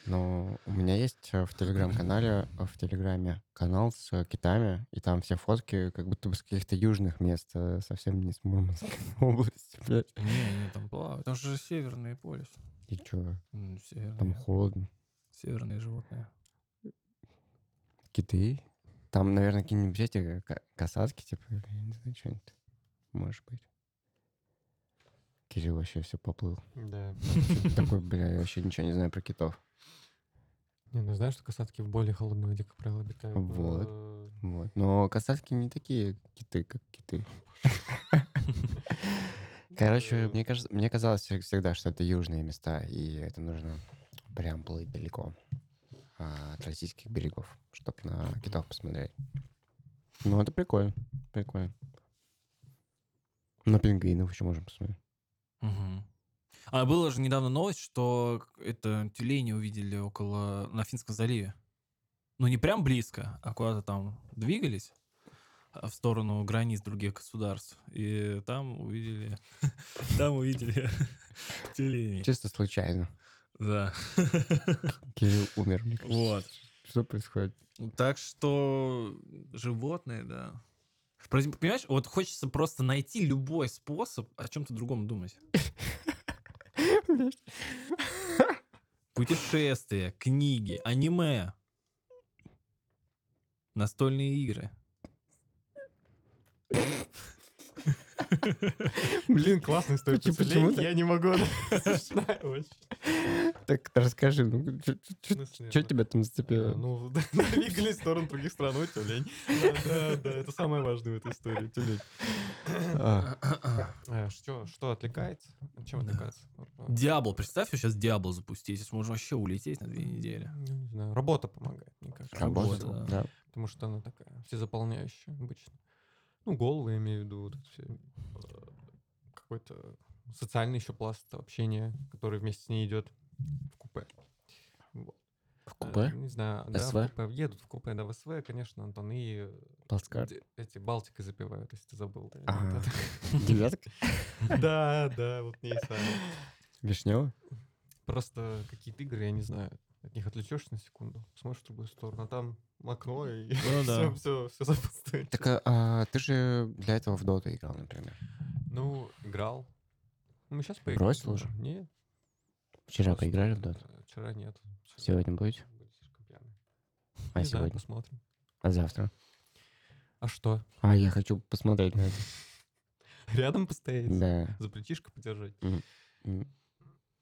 Speaker 2: Но у меня есть э, в телеграм-канале, э, в телеграме канал с э, китами, и там все фотки как будто бы с каких-то южных мест, э, совсем не с Мурманской [laughs] области. блядь.
Speaker 3: Не, они там плавают. Там же северный полюс.
Speaker 2: И чё,
Speaker 3: М,
Speaker 2: там
Speaker 3: Северные,
Speaker 2: холодно.
Speaker 3: северные животные.
Speaker 2: Киты? Там, наверное, какие-нибудь эти ка- касатки, типа, или я не знаю, что-нибудь. Может быть. Кирилл вообще все поплыл.
Speaker 1: Да.
Speaker 2: Типа Такой, бля, я вообще ничего не знаю про китов.
Speaker 1: Не, ну знаешь, что касатки в более холодной воде, как правило, обитают?
Speaker 2: Вот.
Speaker 1: Э,
Speaker 2: Вот. Но касатки не такие киты, как киты. Короче,
Speaker 1: Э.
Speaker 2: мне, кажется, мне казалось всег- всегда, что это южные места, и это нужно прям плыть далеко а, от российских берегов, чтобы на китов посмотреть. Ну, это прикольно, прикольно. На пингвинов еще можем посмотреть.
Speaker 3: Мгм. А была же недавно новость, что это тюлени увидели около на Финском заливе. Ну не прям близко, а куда-то там двигались а, в сторону границ других государств. И там увидели, [laughs] там увидели [laughs] тюленей.
Speaker 2: Чисто случайно.
Speaker 3: Да.
Speaker 2: Кирилл умер, мне кажется.
Speaker 3: Вот.
Speaker 1: [laughs]
Speaker 2: Что происходит?
Speaker 3: Так что животные, да. Просто, Понимаешь, вот хочется просто найти любой способ о чем-то другом думать. Путешествия, книги, аниме, настольные игры.
Speaker 1: Блин, классная история.
Speaker 2: Почему-
Speaker 1: представляете?
Speaker 2: почему так?
Speaker 1: Я не могу. [laughs] Смешная очень.
Speaker 2: Так расскажи, ну,
Speaker 1: В смысле,
Speaker 2: что
Speaker 1: ну,
Speaker 2: тебя там
Speaker 1: э,
Speaker 2: зацепило?
Speaker 1: Ну, [laughs] да, двигались в сторону других стран, ой, тюлень.
Speaker 2: [laughs]
Speaker 1: Да, да, да, это самое важное в этой истории, тюлень.
Speaker 2: А,
Speaker 1: Э, Что, что отвлекается? Чем
Speaker 3: Да.
Speaker 1: отвлекается? Ну,
Speaker 3: Диабло, представь, сейчас Диабло запустить, если можно вообще улететь на две недели.
Speaker 1: Ну, Не знаю, работа помогает, мне кажется.
Speaker 2: Работа,
Speaker 3: Работа,
Speaker 2: да.
Speaker 1: Потому что она такая всезаполняющая обычно. Ну, голову я имею в виду, вот это всё, э, какой-то социальный еще пласт общения, который вместе с ней идет в купе. Вот.
Speaker 2: В
Speaker 1: Э,
Speaker 2: купе?
Speaker 1: Не знаю, да, в
Speaker 2: СВ?
Speaker 1: купе. Едут в купе, да, в СВ, конечно, Антон, и э,
Speaker 2: Плацкарт?
Speaker 1: де- эти Балтики запивают, если ты забыл. да,
Speaker 2: Ага. [laughs]
Speaker 1: вот
Speaker 2: Девятка?
Speaker 1: это. Да, да, вот не сами.
Speaker 2: Вишнева?
Speaker 1: Просто какие-то игры, я не знаю, от них отвлечешься на секунду, смотришь в другую сторону, а там окно и [laughs]
Speaker 3: Ну да.
Speaker 1: все, все сопутствует.
Speaker 2: Так а, а, ты же для этого в доту играл, например.
Speaker 1: Ну, играл. Мы сейчас поиграем.
Speaker 2: Бросил уже?
Speaker 1: Нет,
Speaker 2: Вчера
Speaker 1: Просто-
Speaker 2: поиграли в доту?
Speaker 1: э, вчера нет.
Speaker 2: Сегодня будете?
Speaker 1: Были слишком пьяные.
Speaker 2: А
Speaker 1: Не знаю,
Speaker 2: сегодня?
Speaker 1: посмотрим.
Speaker 2: А завтра?
Speaker 1: А что? [laughs]
Speaker 2: А, я хочу посмотреть на это.
Speaker 1: Рядом постоять?
Speaker 2: Да.
Speaker 1: За плечишко подержать?
Speaker 2: М.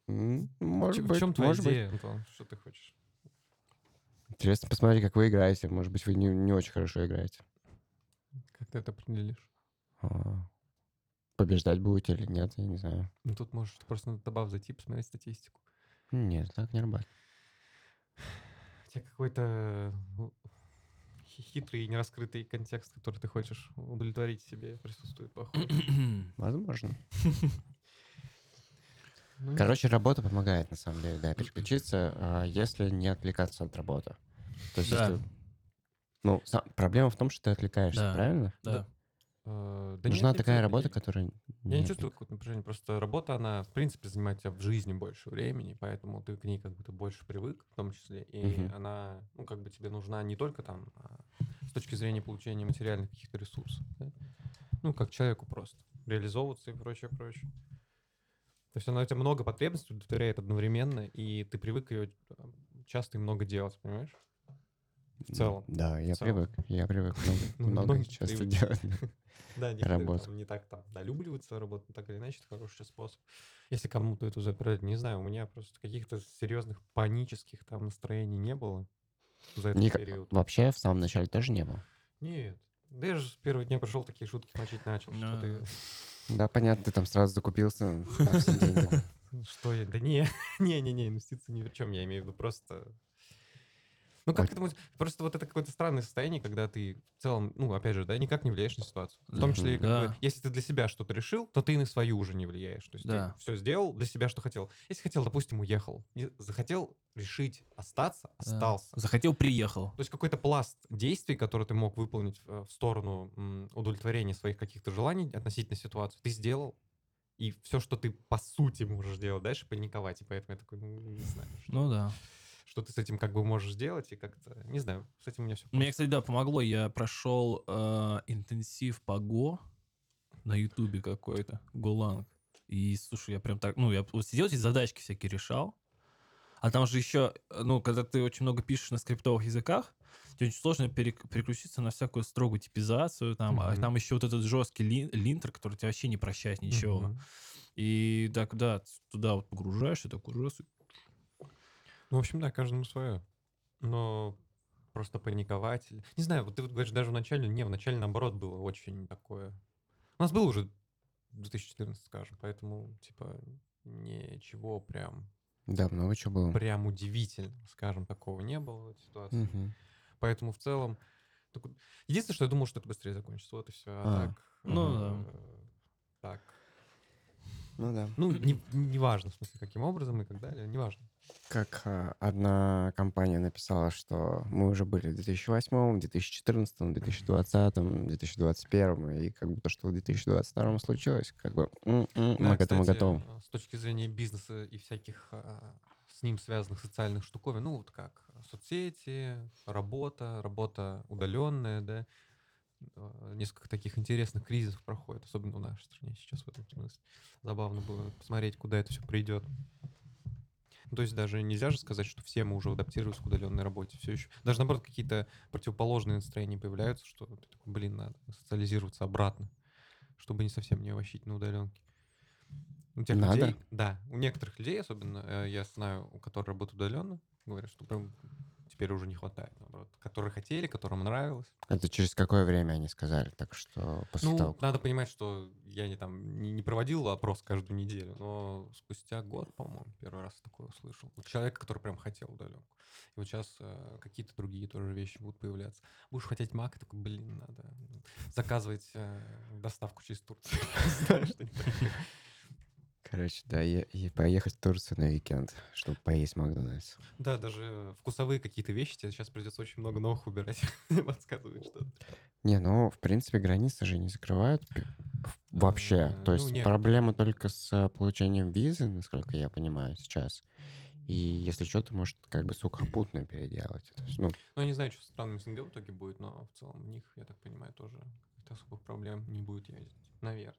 Speaker 2: М, Может
Speaker 1: Чё-
Speaker 2: быть,
Speaker 1: в чем твоя
Speaker 2: может быть.
Speaker 1: идея, Антон? Что ты хочешь?
Speaker 2: Интересно посмотреть, как вы играете. Может быть, вы не, не очень хорошо играете.
Speaker 1: Как ты это определишь?
Speaker 2: А, Побеждать будете или нет, я не знаю.
Speaker 1: Ну, тут можешь просто на добав зайти, посмотреть статистику.
Speaker 2: Нет, так не работает.
Speaker 1: У тебя какой-то у, хи- хитрый и нераскрытый контекст, который ты хочешь удовлетворить себе, присутствует, похоже.
Speaker 2: Возможно.
Speaker 1: Ну, не
Speaker 2: Короче, работа помогает, на самом деле, да, переключиться, а, если не отвлекаться от работы. То есть,
Speaker 3: Да.
Speaker 2: если- Ну, са- проблема в том, что ты отвлекаешься,
Speaker 3: Да.
Speaker 2: правильно?
Speaker 3: Да.
Speaker 1: Э, да
Speaker 2: Нужна
Speaker 1: нет, я
Speaker 2: такая
Speaker 1: абсолютно
Speaker 2: работа,
Speaker 1: не-
Speaker 2: которая...
Speaker 1: Я
Speaker 2: не
Speaker 1: не чувствую какое-то напряжение, просто работа, она, в принципе, занимает тебя в жизни больше времени, поэтому ты к ней как будто больше привык, в том числе, и
Speaker 2: Мгм.
Speaker 1: она, ну, как бы тебе нужна не только там а, с точки зрения получения материальных каких-то ресурсов, да, ну, как человеку просто, реализовываться и прочее, прочее. То есть она у тебя много потребностей удовлетворяет одновременно, и ты привык ее часто и много делать, понимаешь?
Speaker 2: отвлекать.
Speaker 1: в целом.
Speaker 2: Да, я
Speaker 1: В целом.
Speaker 2: привык. Я привык
Speaker 1: [laughs] Ну,
Speaker 2: много- много
Speaker 1: многие
Speaker 2: часто
Speaker 1: привычки. [laughs]
Speaker 2: делать.
Speaker 1: Да, некоторые
Speaker 2: Работа.
Speaker 1: там не так там долюбливают свою работу, но так или иначе, это хороший способ. Если кому-то это запрет, не знаю, у меня просто каких-то серьезных панических там настроений не было за этот
Speaker 2: Ник-
Speaker 1: период.
Speaker 2: Вообще, в самом начале тоже не было.
Speaker 1: Нет. Да я же с первого дня пришел, такие шутки мочить начал, что ты...
Speaker 2: Да, понятно, ты там сразу закупился. на
Speaker 1: [laughs]
Speaker 2: все деньги.
Speaker 1: Ну, Что я? Да не, [laughs] не, не, не, инвестиции ни в чем, я имею в виду просто... Ну, как
Speaker 2: Ой.
Speaker 1: это может- Просто вот это какое-то странное состояние, когда ты в целом, ну, опять же, да, никак не влияешь на ситуацию. В том числе,
Speaker 2: Мгм,
Speaker 1: как бы,
Speaker 3: да.
Speaker 1: если ты для себя что-то решил, то ты и на свою уже не влияешь. То есть
Speaker 3: Да.
Speaker 1: ты все сделал для себя, что хотел. Если хотел, допустим, уехал. Не- Захотел решить остаться, остался.
Speaker 3: Захотел, приехал.
Speaker 1: То есть какой-то пласт действий, который ты мог выполнить э, в сторону м, удовлетворения своих каких-то желаний относительно ситуации, ты сделал. И все, что ты по сути можешь делать дальше, паниковать. И поэтому я такой, ну, не знаю, что,
Speaker 3: Ну да.
Speaker 1: что ты с этим как бы можешь сделать. И как-то, не знаю, с этим у меня все.
Speaker 3: Мне, кстати, да, помогло. Я прошел э, интенсив по ГО на Ютубе какой-то, Голанг. И, слушай, я прям так, ну, я вот сидел здесь задачки всякие решал. А там же еще, э, ну, когда ты очень много пишешь на скриптовых языках, тебе очень сложно перек- переключиться на всякую строгую типизацию, там, а
Speaker 1: Мгм.
Speaker 3: там еще вот этот жесткий лин- линтер, который тебя вообще не прощает ничего. И так, да, т- туда вот погружаешь, и такой раз, и-
Speaker 1: Ну, в общем, да, каждому свое. Но просто паниковать. или- Не знаю, вот ты вот говоришь, даже в начале, не, в начале, наоборот, было очень такое. У нас был уже 2014, скажем, поэтому, типа, ничего прям,
Speaker 2: Да, много чего было.
Speaker 1: прям удивительно, скажем, такого не было в этой ситуации.
Speaker 2: Мгм.
Speaker 1: Поэтому в целом... такой- Единственное, что я думал, что это быстрее закончится, вот и все.
Speaker 2: А,
Speaker 1: А, так...
Speaker 3: ну
Speaker 1: э, Так.
Speaker 2: Ну да.
Speaker 1: Ну, не- неважно, в смысле, каким образом и как далее, неважно.
Speaker 2: Как а, одна компания написала, что мы уже были в 2008, 2014, 2020, 2021, и как будто что в 2022 случилось, как бы м, м,
Speaker 1: Да,
Speaker 2: Ну, мы к этому
Speaker 1: кстати,
Speaker 2: готовы.
Speaker 1: э, С точки зрения бизнеса и всяких а, с ним связанных социальных штуковин, ну вот как соцсети, работа, работа удаленная, да, э, несколько таких интересных кризисов проходит, особенно в нашей стране сейчас в этом смысле. Забавно было посмотреть, куда это все придет. Ну, То есть даже нельзя же сказать, что все мы уже адаптировались к удаленной работе. Все еще. Даже наоборот, какие-то противоположные настроения появляются, что ты такой, блин, надо социализироваться обратно, чтобы не совсем не овощить на удаленке. У тех
Speaker 2: Надо?
Speaker 1: людей- да. У некоторых людей, особенно, э, я знаю, у которых работают удаленно, говорят, что прям теперь уже не хватает, наоборот. Которые хотели, которым нравилось.
Speaker 2: Это через какое время они сказали, так что после
Speaker 1: Ну,
Speaker 2: того, как-
Speaker 1: надо понимать, что я не там не, не проводил опрос каждую неделю, но спустя год, по-моему, первый раз такое услышал. Вот человека, который прям хотел удаленку. И вот сейчас э, какие-то другие тоже вещи будут появляться. Будешь хотеть Мак, такой, блин, надо заказывать э, доставку через Турцию. [laughs] Знаешь, что-нибудь такое.
Speaker 2: Короче, да, и, и поехать в Турцию на уикенд, чтобы поесть Макдональдс.
Speaker 1: Да, даже вкусовые какие-то вещи, тебе сейчас придется очень много новых выбирать. [laughs] Подсказывает что-то.
Speaker 2: Не, ну, в принципе, границы же не закрывают пи- в- вообще.
Speaker 1: Э,
Speaker 2: То
Speaker 1: ну,
Speaker 2: есть
Speaker 1: некоторые.
Speaker 2: проблема только с э, получением визы, насколько я понимаю сейчас. И если что, ты можешь как бы сухопутно переделать. То есть, ну,
Speaker 1: Ну, я не знаю, что с странами СНГ в итоге будет, но в целом у них, я так понимаю, тоже каких-то особых проблем не будет ездить. Наверное.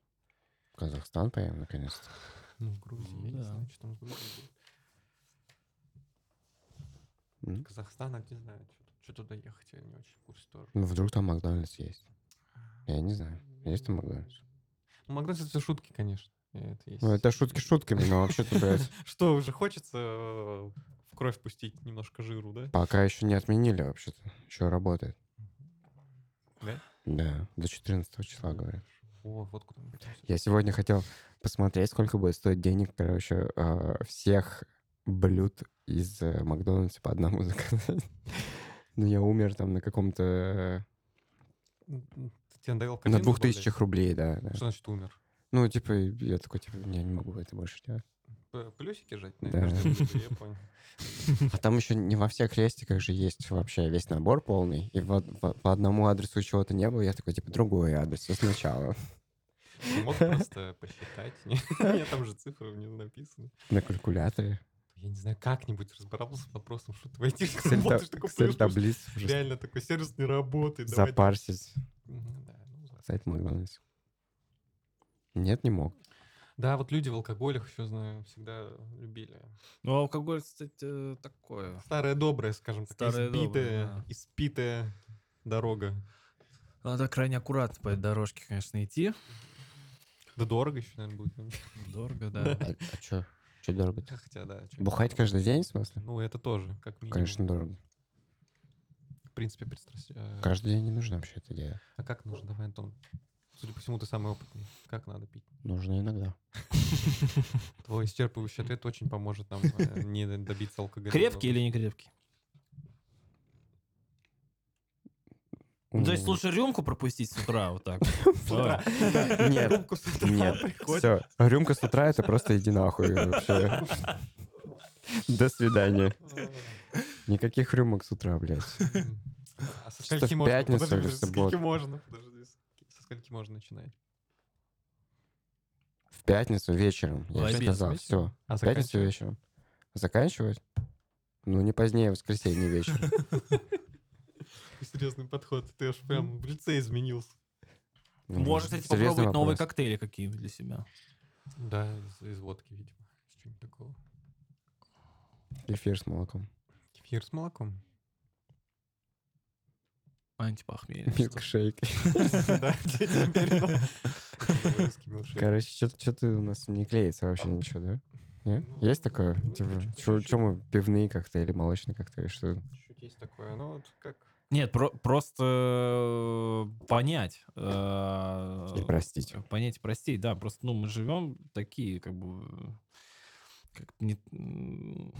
Speaker 2: в Казахстан поедем наконец-то.
Speaker 1: Ну, в Грузии, я не
Speaker 3: Да.
Speaker 1: знаю, что там в Грузии
Speaker 2: М.
Speaker 1: будет. Казахстан, я не знаю, что туда ехать, я не очень в курсе тоже.
Speaker 2: Ну, вдруг там Макдональдс есть. Я не знаю. Есть там Макдональдс?
Speaker 1: Ну, Макдональдс это шутки, конечно. Э, это есть.
Speaker 2: Ну, это шутки шутками, но вообще-то, блядь,
Speaker 1: [laughs] Что, уже хочется э, в кровь пустить немножко жиру, да?
Speaker 2: пока еще не отменили вообще-то. Еще работает.
Speaker 1: Да?
Speaker 2: Да, до 14 числа, говорят.
Speaker 1: О, вот куда мы идём.
Speaker 2: Я сегодня хотел посмотреть, сколько будет стоить денег, короче, э, всех блюд из э, Макдональдса по одному [laughs] заказать. Но я умер там на каком-то...
Speaker 1: М, м, Тебе надоело
Speaker 2: э, На
Speaker 1: корзину
Speaker 2: двух
Speaker 1: добавлять?
Speaker 2: тысячах рублей, да. да.
Speaker 1: Что значит умер?
Speaker 2: Ну, типа, я такой, типа, я не могу это больше делать.
Speaker 1: П- Плюсики жать?
Speaker 2: Да.
Speaker 1: Наверное,
Speaker 2: [laughs]
Speaker 1: что ли, я понял.
Speaker 2: А там еще не во всех рестиках же есть вообще весь набор полный. И вот по, по одному адресу чего-то не было, я такой, типа, другой адрес, всё сначала.
Speaker 1: Ты мог просто посчитать? [laughs] Нет, там же цифры внизу написаны.
Speaker 2: На калькуляторе.
Speaker 1: [laughs] Я не знаю, как-нибудь разобрался с вопросом, что ты в IT
Speaker 2: Цель та-
Speaker 1: работаешь, такой
Speaker 2: цель
Speaker 1: плюс, плюс.
Speaker 2: таблиц уже
Speaker 1: Реально такой сервис не работает. давайте.
Speaker 2: запарсить
Speaker 1: Мгм, да, ну, за-
Speaker 2: сайт Макдональдс. Нет, не мог.
Speaker 1: Да, вот люди в алкоголях еще, знаю, всегда любили.
Speaker 3: Ну, алкоголь, кстати, э, такое.
Speaker 1: Старая добрая, скажем так,
Speaker 3: Старая добрая,
Speaker 1: избитая,
Speaker 3: да. испитая.
Speaker 1: испитая дорога.
Speaker 3: Надо крайне аккуратно по этой дорожке, конечно, идти.
Speaker 1: Да дорого еще, наверное, будет.
Speaker 3: Дорого, да.
Speaker 2: А, что? Что дорого?
Speaker 1: Хотя, да. чё-
Speaker 2: Бухать каждый день, в смысле?
Speaker 1: Ну, это тоже, как минимум.
Speaker 2: Конечно, дорого.
Speaker 1: В принципе, представь. э,
Speaker 2: Каждый день не нужно вообще это делать.
Speaker 1: А как нужно? Давай, Антон. Судя по всему, ты самый опытный. Как надо пить?
Speaker 2: Нужно иногда.
Speaker 1: Твой исчерпывающий ответ очень поможет нам э, не добиться алкоголя.
Speaker 3: Крепкий или не крепкий? Ну, то есть
Speaker 2: М,
Speaker 3: лучше рюмку пропустить с утра вот
Speaker 2: [laughs]
Speaker 3: так. Давай.
Speaker 1: [laughs]
Speaker 2: Нет. Нет, все. Рюмка с утра это просто иди нахуй вообще. До свидания. Никаких рюмок с утра, блядь.
Speaker 1: А со
Speaker 2: Что,
Speaker 1: скольки
Speaker 2: в
Speaker 1: можно?
Speaker 2: пятницу
Speaker 1: Подожди,
Speaker 2: или в
Speaker 1: подожди, со скольки
Speaker 2: субботу?
Speaker 1: можно? Подожди, со скольки можно начинать?
Speaker 2: В пятницу вечером.
Speaker 3: В
Speaker 2: Я
Speaker 3: обед,
Speaker 2: же сказал,
Speaker 1: вечером?
Speaker 2: все.
Speaker 1: А
Speaker 2: В пятницу
Speaker 1: заканчивать?
Speaker 2: вечером. Заканчивать? Ну, не позднее воскресенье вечером.
Speaker 1: Серьезный подход. Ты аж прям в лице изменился.
Speaker 2: Ну,
Speaker 3: Можно, кстати,
Speaker 2: серьезный
Speaker 3: попробовать новые
Speaker 2: вопрос.
Speaker 3: коктейли какие-нибудь для себя.
Speaker 1: Да, из, из водки, видимо. Из чего-нибудь такого.
Speaker 2: Кефир с молоком.
Speaker 1: Кефир с
Speaker 2: [laughs]
Speaker 1: молоком?
Speaker 2: [laughs]
Speaker 3: Антипохмелье. что-то.
Speaker 2: Милкшейк.
Speaker 1: Да, я теперь, ну, русский милкшейк.
Speaker 2: Короче, что-то у нас не клеится вообще ничего, да? Нет?
Speaker 1: Ну,
Speaker 2: Есть такое?
Speaker 1: ну,
Speaker 2: Типа,
Speaker 1: чуть-чуть, чуть-чуть.
Speaker 2: что мы пивные коктейли, молочные коктейли, что
Speaker 1: Чуть-чуть есть такое. Ну, вот как...
Speaker 3: Нет, про- просто э, понять. э,
Speaker 2: И простить.
Speaker 3: Понять и простить, да. Просто, ну, мы живем такие, как бы... э, Как не- м.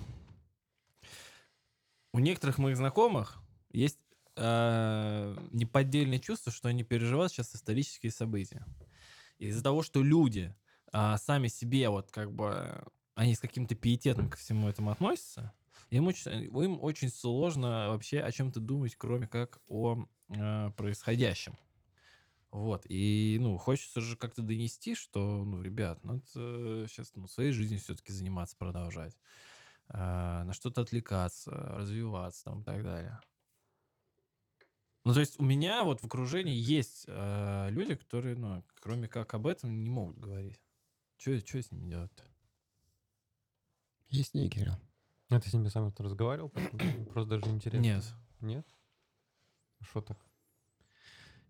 Speaker 3: У некоторых моих знакомых есть э, неподдельное чувство, что они переживают сейчас исторические события. Из-за того, что люди а, сами себе вот как бы... Они с каким-то пиететом ко всему этому относятся. Им очень, э, им очень сложно вообще о чем-то думать, кроме как о э, происходящем. Вот, и, ну, хочется же как-то донести, что, ну, ребят, надо сейчас, ну, своей жизнью все-таки заниматься, продолжать, А, на что-то отвлекаться, развиваться там и так далее. Ну, то есть у меня вот в окружении есть э, люди, которые, ну, кроме как об этом не могут говорить. Что с ними делать-то?
Speaker 2: Есть некий Кирилл.
Speaker 1: А ты с ними сам это разговаривал? поэтому Просто даже интересно.
Speaker 3: Нет.
Speaker 1: Нет? Что так?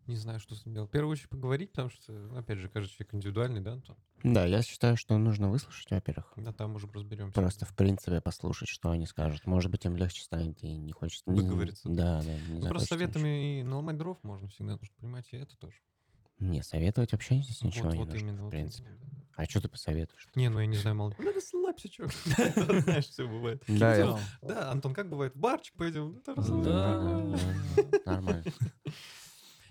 Speaker 1: Не знаю, что с ним делать. В первую очередь поговорить, потому что, ну, опять же, каждый человек индивидуальный, да, Антон?
Speaker 2: Да, я считаю, что нужно выслушать, во-первых.
Speaker 1: Да, там уже разберемся.
Speaker 2: Просто, в принципе, послушать, что они скажут. Может быть, им легче станет и не хочется... не-
Speaker 1: Выговориться.
Speaker 2: Да, да. не
Speaker 1: Ну,
Speaker 2: захочется
Speaker 1: просто советами и наломать дров можно всегда, нужно понимать, и это тоже.
Speaker 2: ничего. Не, советовать вообще здесь ничего
Speaker 1: вот,
Speaker 2: не
Speaker 1: вот
Speaker 2: нужно,
Speaker 1: именно.
Speaker 2: в
Speaker 1: вот
Speaker 2: принципе.
Speaker 1: именно, да.
Speaker 2: А что ты посоветуешь?
Speaker 1: Не, ну я не знаю, мало ли. Ну, расслабься, [laughs] чувак. Знаешь, все бывает.
Speaker 2: Да,
Speaker 1: Идём.
Speaker 2: я-
Speaker 1: Да, Антон, как бывает, в барчик пойдем. ну, там
Speaker 2: Да,
Speaker 1: расслабься.
Speaker 2: да, да, да. [laughs] Нормально.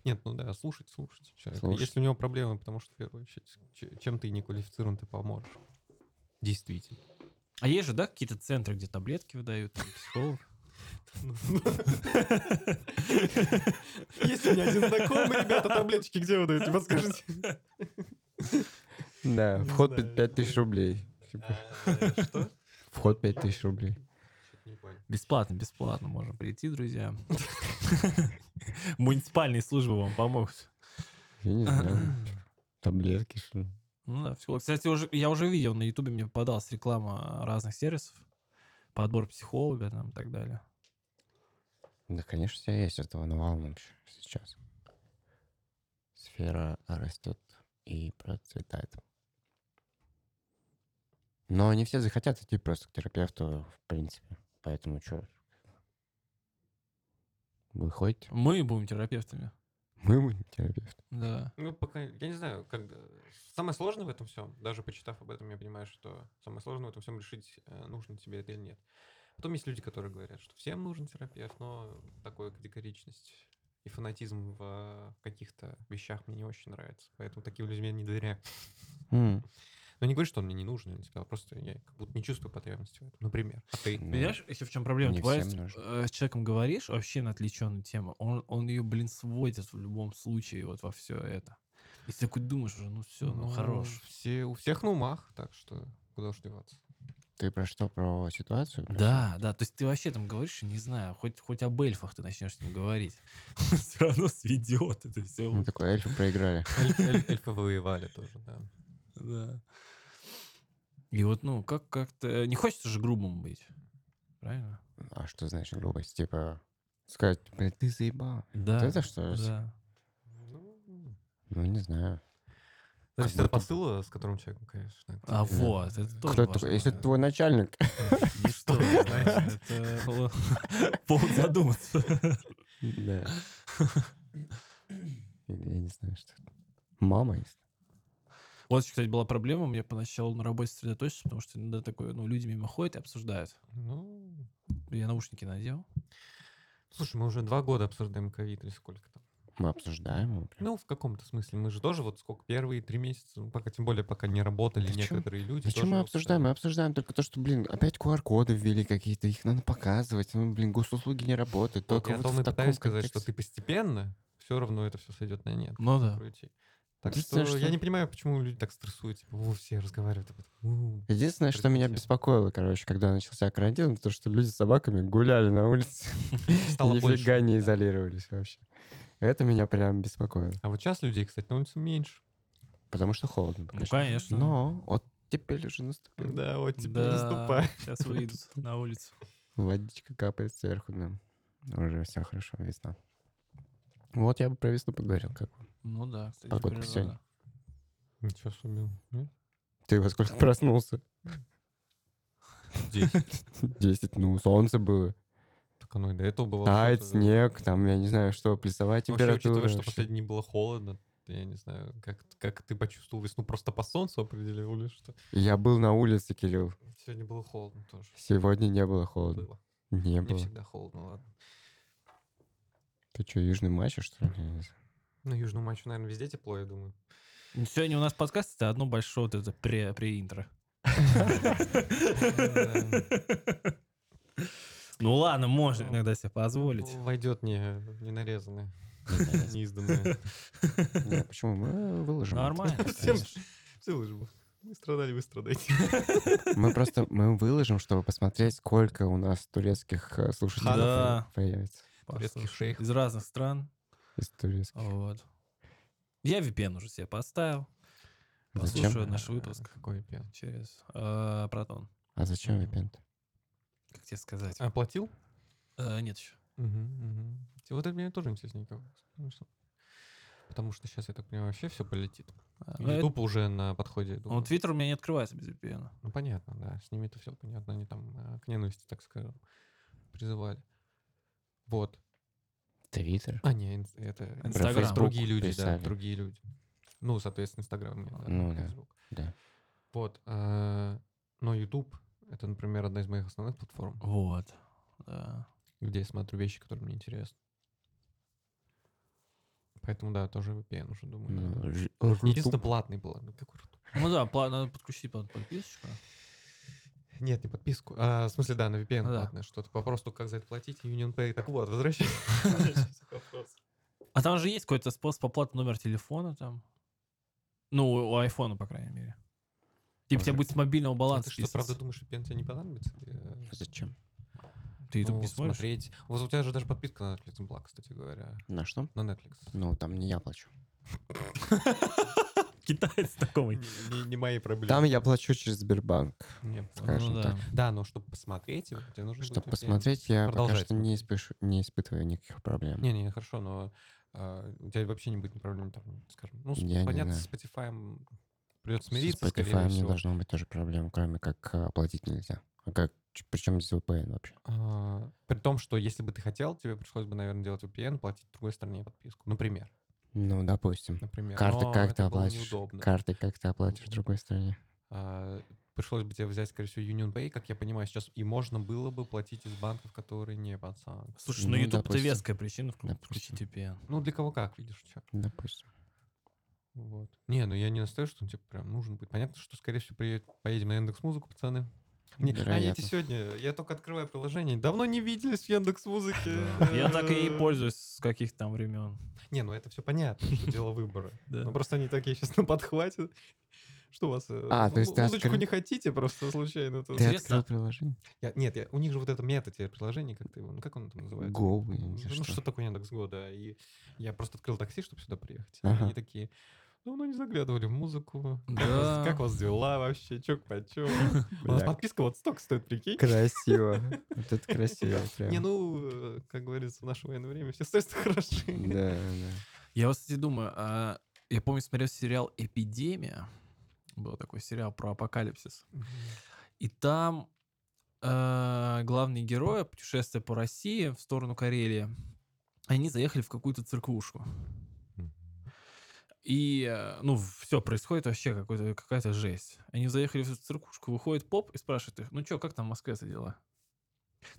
Speaker 1: Нет, ну да, слушать, слушать человека.
Speaker 2: Слушать.
Speaker 1: Если у него проблемы, потому что, в первую очередь, че- чем ты не квалифицирован, ты поможешь. Действительно.
Speaker 3: А есть же, да, какие-то центры, где таблетки выдают, там, психолог?
Speaker 1: Есть у меня один знакомый, ребята, таблеточки где вы даете, подскажите.
Speaker 2: [laughs] Да,
Speaker 1: Не
Speaker 2: вход
Speaker 1: знаю.
Speaker 2: 5000 рублей.
Speaker 1: А, Что?
Speaker 2: Вход 5000 рублей.
Speaker 1: Не понял.
Speaker 3: Бесплатно, бесплатно можно
Speaker 2: [laughs]
Speaker 3: прийти, друзья. Муниципальные службы вам помогут.
Speaker 2: Я не знаю. Таблетки, что ли?
Speaker 3: Ну да, психолог. Кстати, уже, я уже видел, на Ютубе мне попадалась реклама разных сервисов, подбор психолога там и так далее.
Speaker 2: Да, конечно, все есть этого навалом щ- сейчас. Сфера растет и процветает. Но не все захотят идти просто к терапевту, в принципе. Поэтому что? Вы ходите?
Speaker 3: Мы будем терапевтами.
Speaker 2: [laughs] Мы будем терапевт.
Speaker 3: Да.
Speaker 1: Ну, пока, я не знаю, как... э, Самое сложное в этом всем, даже почитав об этом, я понимаю, что самое сложное в этом всем решить, э, нужно тебе это или нет. Потом есть люди, которые говорят, что всем нужен терапевт, но такой категоричность и фанатизм в э, каких-то вещах мне не очень нравится. Поэтому таким людям я не доверяю. Но не говорю, что он мне не нужен, я не сказал, просто я как будто не чувствую потребности в этом. Например. А ты?
Speaker 2: Ну,
Speaker 3: Понимаешь, еще в чем проблема?
Speaker 2: не
Speaker 3: Твоя
Speaker 2: всем
Speaker 3: с-
Speaker 2: нужно.
Speaker 3: э, с человеком говоришь вообще на отвлеченную тему, он, он ее, блин, сводит в любом случае вот во все это. И ты такой думаешь уже, ну все, ну, хорош.
Speaker 1: Все, у всех на умах, так что куда уж деваться.
Speaker 2: Ты про что? Про ситуацию? про
Speaker 3: Да, да, то есть ты вообще там говоришь, не знаю, хоть, хоть об эльфах ты начнешь с ним говорить. [laughs] Все равно сведет это
Speaker 2: всё? Ну,
Speaker 3: все.
Speaker 2: такой эльфы проиграли.
Speaker 1: Эль- эль- Эльфы воевали тоже, да.
Speaker 3: [laughs] Да. И вот, ну, как как-то... Не хочется же грубым быть, правильно?
Speaker 2: А что значит грубость? Типа сказать, блин, ты заебал.
Speaker 3: Да.
Speaker 2: Вот это что? ли?
Speaker 3: Да. А
Speaker 1: Ну,
Speaker 2: Ну, не знаю.
Speaker 1: зависит от посыла, с которым человек, конечно. это-
Speaker 3: А вот, это тоже
Speaker 2: Кто
Speaker 3: важно.
Speaker 2: такой? Если это
Speaker 3: [laughs]
Speaker 2: твой начальник, [laughs]
Speaker 3: Ну что, знаете, это [laughs] л- повод задуматься. [laughs]
Speaker 1: [laughs]
Speaker 2: Да. Или я не знаю, что. это. Мама есть.
Speaker 3: Вот, еще, кстати, была проблема, мне поначалу на работе сосредоточиться, потому что иногда такое, ну, люди мимо ходят и обсуждают.
Speaker 1: Ну,
Speaker 3: Я наушники надел.
Speaker 1: слушай, мы уже два года обсуждаем ковид или сколько там.
Speaker 2: Мы обсуждаем его. прям.
Speaker 1: Ну, в каком-то смысле. Мы же тоже вот сколько, первые три месяца, ну, пока, тем более, пока не работали
Speaker 2: Да в чём-
Speaker 1: некоторые люди.
Speaker 2: Зачем
Speaker 1: тоже
Speaker 2: мы обсуждаем? Мы
Speaker 1: обсуждали.
Speaker 2: обсуждаем только то, что, блин, опять QR-коды ввели какие-то, их надо показывать. Ну, блин, госуслуги не работают.
Speaker 1: Вот
Speaker 2: Только
Speaker 1: Я о
Speaker 2: вот
Speaker 1: том
Speaker 2: в
Speaker 1: и
Speaker 2: таком
Speaker 1: пытаюсь сказать, что
Speaker 2: контексте.
Speaker 1: ты постепенно, все равно это все сойдет на нет.
Speaker 3: Ну да.
Speaker 1: пройти. Так
Speaker 2: Единственное,
Speaker 1: что, я
Speaker 2: что-
Speaker 1: не понимаю, почему люди так стрессуют. Типа, «О, все разговаривают об этом.
Speaker 2: [laughs]
Speaker 1: У».
Speaker 2: Единственное, что меня
Speaker 1: Простите.
Speaker 2: беспокоило, короче, когда начался карантин, то, что люди с собаками гуляли на улице. [laughs]
Speaker 1: Стало
Speaker 2: Нифига
Speaker 1: больше.
Speaker 2: не
Speaker 1: да.
Speaker 2: изолировались вообще. Это меня прям беспокоило.
Speaker 1: А вот сейчас людей, кстати, на улице меньше.
Speaker 2: Потому что холодно.
Speaker 3: Ну,
Speaker 2: конечно.
Speaker 3: конечно.
Speaker 2: Но вот теперь уже наступило.
Speaker 1: Да, вот
Speaker 3: сейчас выйдут на улицу.
Speaker 2: Водичка капает сверху, да. Уже все хорошо, весна. Вот я бы про весну поговорил. Как... вы.
Speaker 3: Ну да, кстати,
Speaker 2: Погодка
Speaker 3: природа.
Speaker 2: сегодня.
Speaker 1: Ничего сумел.
Speaker 2: Ты во сколько проснулся?
Speaker 1: Здесь.
Speaker 2: Десять, ну, солнце было.
Speaker 1: Так оно и до этого было.
Speaker 2: Тает,
Speaker 1: что-то.
Speaker 2: снег, там, я не знаю, что, плюсовая
Speaker 1: Вообще,
Speaker 2: температура.
Speaker 1: учитывая, что
Speaker 2: вообще.
Speaker 1: последний было холодно, я не знаю, как, как ты почувствовал весну, просто по солнцу определил или что?
Speaker 2: Я был на улице, Кирилл.
Speaker 1: Сегодня было холодно тоже.
Speaker 2: Сегодня не было холодно.
Speaker 1: Было.
Speaker 2: Не
Speaker 1: Не
Speaker 2: было.
Speaker 1: всегда холодно, ладно.
Speaker 2: Ты что, южный мачо, что ли? Я не знаю.
Speaker 1: На Южном матче, Ну, наверное, везде тепло, я
Speaker 2: [laughs]
Speaker 1: думаю.
Speaker 3: Ну, Сегодня у нас подкаст это одно большое вот это пре- преинтро. Ну ладно, можно иногда себе позволить.
Speaker 1: Войдет не, не нарезанное, не изданное.
Speaker 2: [laughs] Не, Почему? Мы выложим. это.
Speaker 3: Нормально.
Speaker 1: Всем-
Speaker 3: конечно.
Speaker 1: Все выживу. Мы страдали, вы страдаете.
Speaker 2: Мы просто мы выложим, чтобы посмотреть, сколько у нас турецких э, слушателей
Speaker 3: Да.
Speaker 2: появится.
Speaker 1: Турецких
Speaker 3: Послушай,
Speaker 1: шейхов.
Speaker 3: Из разных стран.
Speaker 2: Из турецких.
Speaker 3: Вот. Я VPN уже себе поставил.
Speaker 2: А Зачем?
Speaker 3: Послушаю а наш выпуск
Speaker 1: А, Какой пен.
Speaker 3: через э, Протон.
Speaker 2: А зачем VPN?
Speaker 3: Как тебе сказать?
Speaker 1: Оплатил?
Speaker 3: Э, нет еще.
Speaker 1: Угу, Вот это меня тоже интересненько. конечно. Потому что сейчас, я так понимаю, вообще все полетит.
Speaker 3: А,
Speaker 1: YouTube уже на подходе. я думаю.
Speaker 3: Ну, Э, Твиттер у меня не открывается без VPN.
Speaker 1: Ну, понятно, да. С ними-то все понятно. Они там э, к ненависти, так скажем, призывали. Вот.
Speaker 2: Твиттер.
Speaker 1: А, не, инс- это
Speaker 3: Инстаграм.
Speaker 1: это Другие
Speaker 2: Facebook
Speaker 1: люди,
Speaker 2: писали.
Speaker 1: да, другие люди. Ну, соответственно, Инстаграм. нет, да,
Speaker 2: Ну да,
Speaker 1: Facebook.
Speaker 2: да.
Speaker 1: Вот. э, Но YouTube — это, например, одна из моих основных платформ,
Speaker 3: Вот. Да.
Speaker 1: где я смотрю вещи, которые мне интересны. Поэтому, да, тоже VPN уже, думаю,
Speaker 2: Ну,
Speaker 1: надо. Единственное, платный был. Ну, какой рту-
Speaker 3: Ну да, пла- надо подключить под- подписочку.
Speaker 1: Нет, не подписку. А, в смысле, да, на VPN
Speaker 3: Ну да.
Speaker 1: платное что-то. Вопрос только, как за это платить, Union Pay. Так вот, возвращайся.
Speaker 3: А там же есть какой-то способ оплаты номер телефона там. Ну, у айфона, по крайней мере. Типа, у тебя
Speaker 2: Тоже.
Speaker 3: будет с мобильного
Speaker 1: А
Speaker 3: баланса
Speaker 1: Ты что, правда
Speaker 3: списываться.
Speaker 1: думаешь, VPN тебе не понадобится? Ты, э,
Speaker 2: Зачем?
Speaker 3: Ты YouTube
Speaker 1: ну,
Speaker 3: не смотришь?
Speaker 1: смотреть. Вот у тебя же даже подписка на Netflix была, кстати говоря.
Speaker 2: На что?
Speaker 1: На Netflix.
Speaker 2: Ну, там не я плачу.
Speaker 4: Китаец знакомый.
Speaker 1: Не не мои
Speaker 2: Там
Speaker 1: проблемы.
Speaker 2: я плачу через Сбербанк.
Speaker 1: Не, понял.
Speaker 2: скажем
Speaker 3: Ну
Speaker 2: так.
Speaker 1: Да, но чтобы посмотреть его, тебе нужно
Speaker 2: Чтобы
Speaker 1: будет
Speaker 2: посмотреть, я пока
Speaker 1: продолжать
Speaker 2: что не, испышу- не испытываю никаких проблем.
Speaker 1: Не, не, хорошо, но а, у тебя вообще не будет ни проблем, там, скажем. Ну, с-
Speaker 2: Я не
Speaker 1: понятно, с
Speaker 2: знаю.
Speaker 1: Spotify придется
Speaker 2: Со
Speaker 1: смириться,
Speaker 2: Spotify
Speaker 1: скорее
Speaker 2: не
Speaker 1: всего.
Speaker 2: должно быть тоже проблем, кроме как а, оплатить нельзя. А как, причем здесь VPN вообще?
Speaker 1: А, При том, что если бы ты хотел, тебе пришлось бы, наверное, делать VPN, платить другой стране подписку. Например.
Speaker 2: Ну, допустим.
Speaker 1: например.
Speaker 2: Карты
Speaker 1: Но
Speaker 2: как ты
Speaker 1: это было
Speaker 2: оплатишь?
Speaker 1: неудобно.
Speaker 2: Карты как ты оплатишь в
Speaker 1: Вот.
Speaker 2: другой стране?
Speaker 1: А, Пришлось бы тебе взять, скорее всего, Union Pay, как я понимаю, сейчас и можно было бы платить из банков, которые не под санкциями.
Speaker 3: Слушай, ну
Speaker 2: Ну,
Speaker 3: YouTube это
Speaker 2: допустим.
Speaker 3: веская причина вклю-
Speaker 2: Допустим.
Speaker 3: включить VPN.
Speaker 1: Ну, для кого как, видишь, чё.
Speaker 2: Допустим.
Speaker 1: Вот. Не, ну я не настаиваю, что он тебе прям нужен будет. Понятно, что, скорее всего, приедет- поедем на Яндекс Музыку, пацаны. Мне, а я
Speaker 2: Вероятно.
Speaker 1: эти сегодня, я только открываю приложение, давно не виделись в Яндекс Музыке.
Speaker 3: Я так и пользуюсь с каких там времен.
Speaker 1: [laughs] Не, ну это все понятно, что дело
Speaker 2: [laughs]
Speaker 1: выбора.
Speaker 3: Да.
Speaker 1: Ну просто они такие сейчас на подхвате. Что у вас? э,
Speaker 2: А, то есть
Speaker 1: м-
Speaker 2: ты
Speaker 1: музычку
Speaker 2: открыл-
Speaker 1: не хотите просто случайно? тут?
Speaker 2: Ты
Speaker 3: Интересно.
Speaker 2: открыл приложение?
Speaker 1: Я- нет, я- у них же вот это мета тебе приложение, как ты его, ну как оно там называется?
Speaker 2: Go, я
Speaker 1: Ну
Speaker 2: не знаю,
Speaker 1: что,
Speaker 2: что.
Speaker 1: такое Яндекс Го, да. И я просто открыл такси, чтобы сюда приехать. И
Speaker 2: Ага.
Speaker 1: Они такие, ну, ну не заглядывали в музыку. Как,
Speaker 3: Да.
Speaker 1: вас, как вас дела вообще? Чё почем? У нас
Speaker 2: Бля.
Speaker 1: подписка вот столько стоит, прикинь.
Speaker 2: Красиво.
Speaker 1: [laughs]
Speaker 2: Вот это красиво прям.
Speaker 1: Не, ну, э, как говорится, в наше военное время [laughs] все средства хороши.
Speaker 2: Да, да.
Speaker 3: Я вот, кстати, думаю, а, я помню, смотрел сериал «Эпидемия». Был такой сериал про апокалипсис. И там э, главные герои путешествия по России в сторону Карелии, они заехали в какую-то церквушку.
Speaker 1: Мгм.
Speaker 3: И, э, ну, все происходит вообще какой-то, какая-то жесть. Они заехали в церквушку, выходит поп и спрашивает их, ну что, как там в Москве-то дела?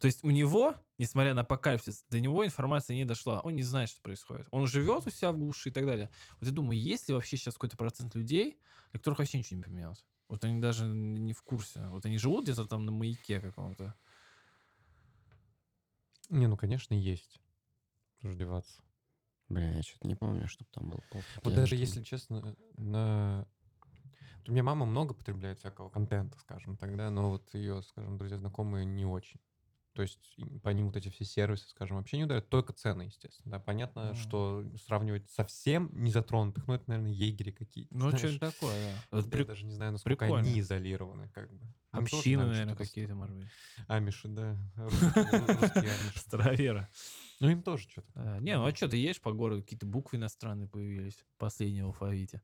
Speaker 3: То есть у него, несмотря на апокалипсис, до него информация не дошла. Он не знает, что происходит. Он живет у себя в глуши и так далее. Вот я думаю, есть ли вообще сейчас какой-то процент людей, для которых вообще ничего не поменялось? Вот они даже не в курсе. Вот они живут где-то там на маяке каком-то.
Speaker 1: Не, ну, конечно, есть. Что ж деваться.
Speaker 2: Бля, я что-то не помню, чтобы там был поп.
Speaker 1: Вот
Speaker 2: Я
Speaker 1: даже
Speaker 2: что-то-
Speaker 1: если честно, на... вот У меня мама много потребляет всякого контента, скажем тогда, но вот ее, скажем, друзья, знакомые не очень. То есть и по ним вот эти все сервисы, скажем, вообще не ударят, только цены, естественно. Да, понятно,
Speaker 3: Мгм.
Speaker 1: что сравнивать совсем не затронутых, ну это, наверное, егери какие-то.
Speaker 3: Ну,
Speaker 1: знаешь.
Speaker 3: что-нибудь такое, да.
Speaker 1: Вот
Speaker 3: Вот
Speaker 1: Я
Speaker 3: при-
Speaker 1: даже не знаю, насколько они
Speaker 3: прикольно.
Speaker 1: изолированы, как бы. Там тоже,
Speaker 3: Общины,
Speaker 1: наверное,
Speaker 3: наверное,
Speaker 1: что-то с-
Speaker 3: какие-то, может быть.
Speaker 1: Амиши,
Speaker 3: [laughs]
Speaker 1: да. Русские амиши.
Speaker 3: Старовера.
Speaker 1: Ну, им тоже
Speaker 3: [laughs]
Speaker 1: что-то.
Speaker 3: А, Не, ну а что, ты едешь по городу, какие-то буквы иностранные появились, последние в алфавите.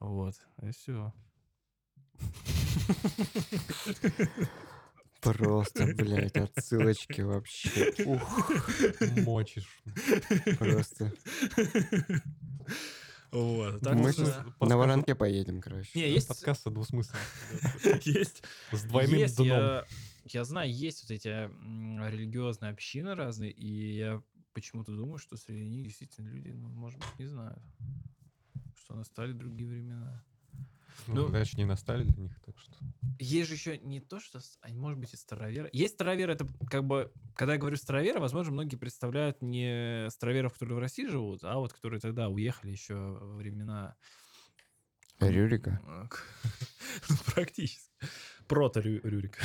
Speaker 3: Вот,
Speaker 1: [laughs]
Speaker 3: и все.
Speaker 2: [laughs] Просто, блядь, отсылочки вообще. Ух,
Speaker 1: Мочишь.
Speaker 2: просто.
Speaker 3: Вот, так
Speaker 2: Мы
Speaker 3: вот,
Speaker 2: сейчас
Speaker 3: да.
Speaker 2: на воронке поедем, короче.
Speaker 3: Не, есть,
Speaker 1: Подкаст двусмысленный.
Speaker 3: [laughs] есть,
Speaker 1: С двойным
Speaker 3: есть,
Speaker 1: дном.
Speaker 3: Я, я знаю, есть вот эти м, религиозные общины разные, и я почему-то думаю, что среди них действительно люди, ну, может быть, не знают, что настали другие времена.
Speaker 1: Ну,
Speaker 3: Ну,
Speaker 1: дальше не настали для них, так что.
Speaker 3: Есть же еще не то, что... с- А может быть и староверы. Есть староверы, это как бы... Когда я говорю староверы, возможно, многие представляют не староверов, которые в России живут, а вот которые тогда уехали еще во времена... [laughs]
Speaker 2: Рюрика.
Speaker 3: э, к- ну, Практически. Прото-Рюрика.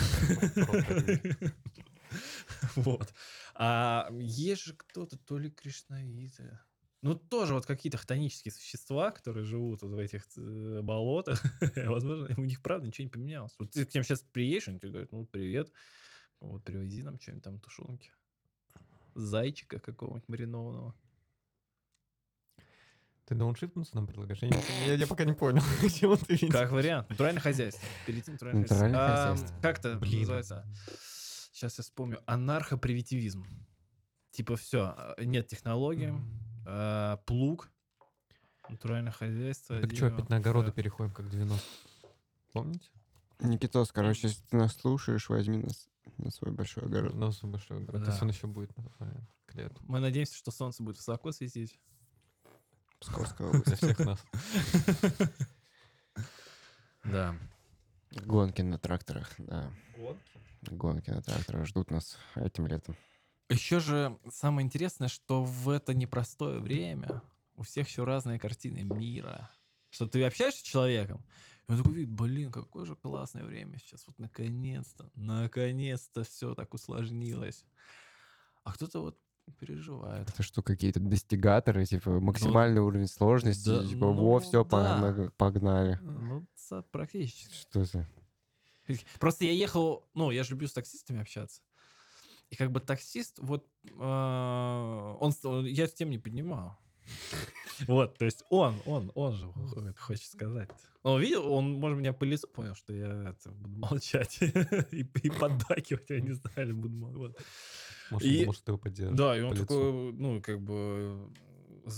Speaker 3: Вот. А есть же кто-то, то ли кришнаиты. Ну, тоже вот какие-то хтонические существа, которые живут вот в этих э, болотах. [laughs] Возможно, у них правда ничего не поменялось. Вот ты к ним сейчас приедешь, они тебе говорят, ну, привет, вот привези нам что-нибудь там тушенки. Зайчика какого-нибудь маринованного.
Speaker 1: Ты дауншифтнуться нам предлагаешь? Я, не- я- я пока не понял, [laughs] к чему ты ведешь.
Speaker 3: Как вариант. Натуральное хозяйство. Перейти в натуральное
Speaker 2: Натуральное
Speaker 3: хозяйство. А,
Speaker 2: хозяйство.
Speaker 3: Как это
Speaker 1: Блин.
Speaker 3: называется? Сейчас я вспомню. Анархопривитивизм. Типа все, нет технологий, а, плуг, натуральное хозяйство.
Speaker 1: Так что,
Speaker 3: дерево,
Speaker 1: опять на огороды
Speaker 3: всё.
Speaker 1: переходим, как 90. Помните?
Speaker 2: Никитос, короче, если ты нас слушаешь, возьми нас на свой большой огород.
Speaker 1: Нос большой огород. То есть
Speaker 3: Да.
Speaker 1: он еще будет наверное, к лету.
Speaker 3: Мы надеемся, что солнце будет высоко светить.
Speaker 2: Псковская
Speaker 1: Для
Speaker 2: область.
Speaker 1: всех нас.
Speaker 3: Да.
Speaker 2: Гонки на тракторах, да.
Speaker 1: Гонки?
Speaker 2: Гонки на тракторах ждут нас этим летом.
Speaker 3: Еще же самое интересное, что в это непростое время у всех еще разные картины мира. Что ты общаешься с человеком, и он такой видит, блин, какое же классное время сейчас. Вот наконец-то, наконец-то все так усложнилось. А кто-то вот переживает.
Speaker 2: Это что, какие-то достигаторы, типа, максимальный уровень сложности,
Speaker 3: да,
Speaker 2: типа, во,
Speaker 3: ну,
Speaker 2: все,
Speaker 3: да.
Speaker 2: погнали.
Speaker 3: [laughs] Ну, ца- практически.
Speaker 2: Что за...
Speaker 3: [laughs] Просто я ехал, ну, я же люблю с таксистами общаться. И как бы таксист, вот, э, он, с- он- я с тем не поднимал. [laughs] Вот, то есть он, он, он же выходит, хочет сказать. Он видел, он, может, меня по лицу понял, что я это, буду молчать [laughs] и, и поддакивать, я не знаю, или буду мол- вот.
Speaker 1: Может,
Speaker 3: И-
Speaker 1: может, ты его поддержишь.
Speaker 3: Да, и он
Speaker 1: Э, по лицу.
Speaker 3: такой, ну, как бы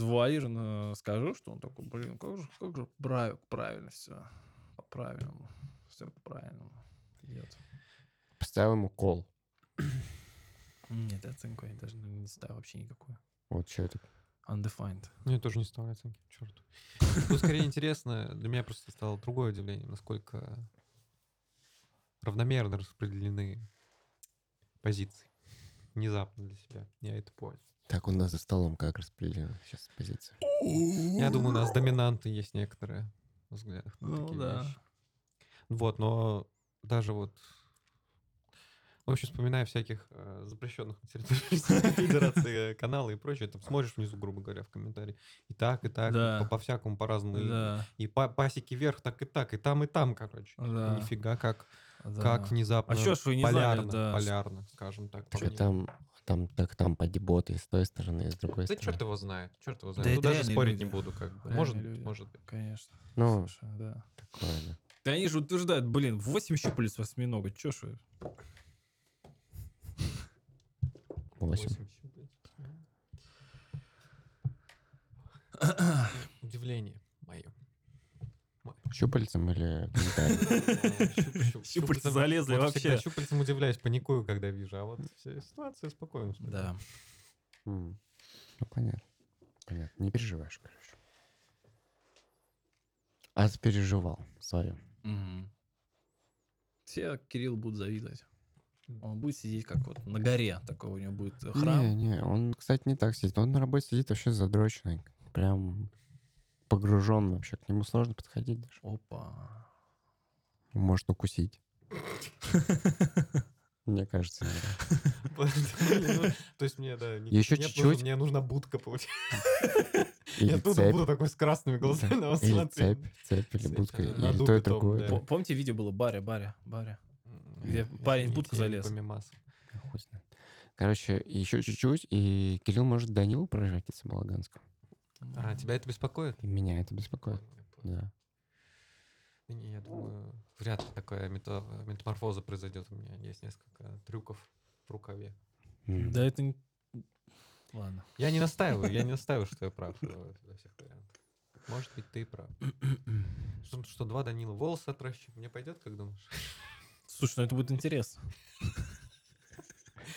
Speaker 3: завуалированно скажу, что он такой, блин, как же, как же прав- правильно все, по-правильному, все по-правильному. Нет.
Speaker 2: Поставил ему кол.
Speaker 3: Нет, оценку я даже не ставил вообще никакую.
Speaker 2: Вот что это.
Speaker 3: Undefined.
Speaker 1: Ну, я тоже не ставлю оценки, черт. Ну, скорее интересно, для меня просто стало другое удивление, насколько равномерно распределены позиции. Внезапно для себя. Я это понял.
Speaker 2: Так, у нас за столом как распределена сейчас позиция.
Speaker 1: Я думаю, у нас доминанты есть некоторые в взглядах. на
Speaker 3: Ну
Speaker 1: такие
Speaker 3: да.
Speaker 1: вещи. Вот, но даже вот... В общем, вспоминая всяких э, запрещенных на территории Российской
Speaker 3: [laughs]
Speaker 1: Федерации э, каналы и прочее, там смотришь внизу, грубо говоря, в комментарии. И так, и так,
Speaker 3: Да.
Speaker 1: по- по-всякому, по-разному. Ну И-
Speaker 3: Да,
Speaker 1: И па- пасеки вверх, так и так, и там, и там, короче. И
Speaker 3: Да.
Speaker 1: Нифига как,
Speaker 3: да.
Speaker 1: как внезапно.
Speaker 3: А чё ж вы не знали,
Speaker 1: полярно,
Speaker 3: да.
Speaker 1: полярно, скажем так.
Speaker 2: Так, а
Speaker 1: поменялось.
Speaker 2: там, там, так, там поди боты и с той стороны, и с другой
Speaker 1: Да
Speaker 2: стороны.
Speaker 1: черт его знает, черт его
Speaker 3: Да
Speaker 1: знает.
Speaker 3: это
Speaker 1: Тут даже
Speaker 3: реальные
Speaker 1: спорить не
Speaker 3: люди.
Speaker 1: буду, как бы.
Speaker 3: Реальные
Speaker 1: Может быть,
Speaker 3: люди.
Speaker 1: может быть.
Speaker 3: Конечно.
Speaker 2: Ну,
Speaker 3: Слушай, да.
Speaker 2: такое, да.
Speaker 3: Да они же утверждают, блин, 8 щупалец осьминога, чё ж вы?
Speaker 2: Восемь.
Speaker 1: Восемь Удивление [laughs] мое.
Speaker 2: Щупальцем или комментарием?
Speaker 3: Щупальца залезли
Speaker 1: вот
Speaker 3: вообще.
Speaker 1: всегда щупальцем удивляюсь, паникую, когда вижу. А вот вся ситуация спокойно. [laughs]
Speaker 3: Да.
Speaker 2: [laughs] М. Ну, понятно. Понятно. Не переживаешь, короче. А переживал свою.
Speaker 3: Мгм. Все Кирилл будут завидовать. Он будет сидеть как вот на горе, такой у него будет э,
Speaker 2: Не,
Speaker 3: храм.
Speaker 2: не, он, кстати, не так сидит. Он на работе сидит вообще задроченный. Прям погружен вообще. К нему сложно подходить даже.
Speaker 3: Опа.
Speaker 2: Может укусить.
Speaker 1: [laughs]
Speaker 2: Мне кажется. да.
Speaker 1: Ну, То есть мне, да, не-
Speaker 2: Ещё
Speaker 1: мне нужно-
Speaker 2: чуть-чуть.
Speaker 1: Мне нужна будка, получается.
Speaker 2: Или
Speaker 1: Я оттуда
Speaker 2: цепь.
Speaker 1: буду такой с красными глазами на вас
Speaker 2: Или
Speaker 1: смотреть.
Speaker 2: цепь, цепь, или
Speaker 1: Цепь,
Speaker 2: будка,
Speaker 1: да, на
Speaker 2: или то
Speaker 1: дубе
Speaker 2: и
Speaker 1: том,
Speaker 2: другое.
Speaker 1: э, да.
Speaker 2: да.
Speaker 3: По- Помните, видео было Баря, Баря, Баря? Где
Speaker 1: М,
Speaker 3: парень в
Speaker 1: и
Speaker 3: будку
Speaker 1: тень
Speaker 3: залез.
Speaker 1: помимас.
Speaker 2: Да хуй знает. Короче, еще чуть-чуть, и Кирилл может Данилу превратиться в Малаганского.
Speaker 1: А, тебя это беспокоит?
Speaker 2: И меня это беспокоит. Да.
Speaker 1: Да не, я думаю, вряд ли такая мета- метаморфоза произойдет. У меня есть несколько трюков в рукаве.
Speaker 2: М.
Speaker 3: Да это... не- Ладно.
Speaker 1: Я не настаиваю, я не настаиваю, что я прав э, во всех вариантах. Может быть, ты и прав. Что, что два Данила волосы отращу, мне пойдет, как думаешь?
Speaker 3: Слушай, ну это будет интересно.
Speaker 1: [laughs]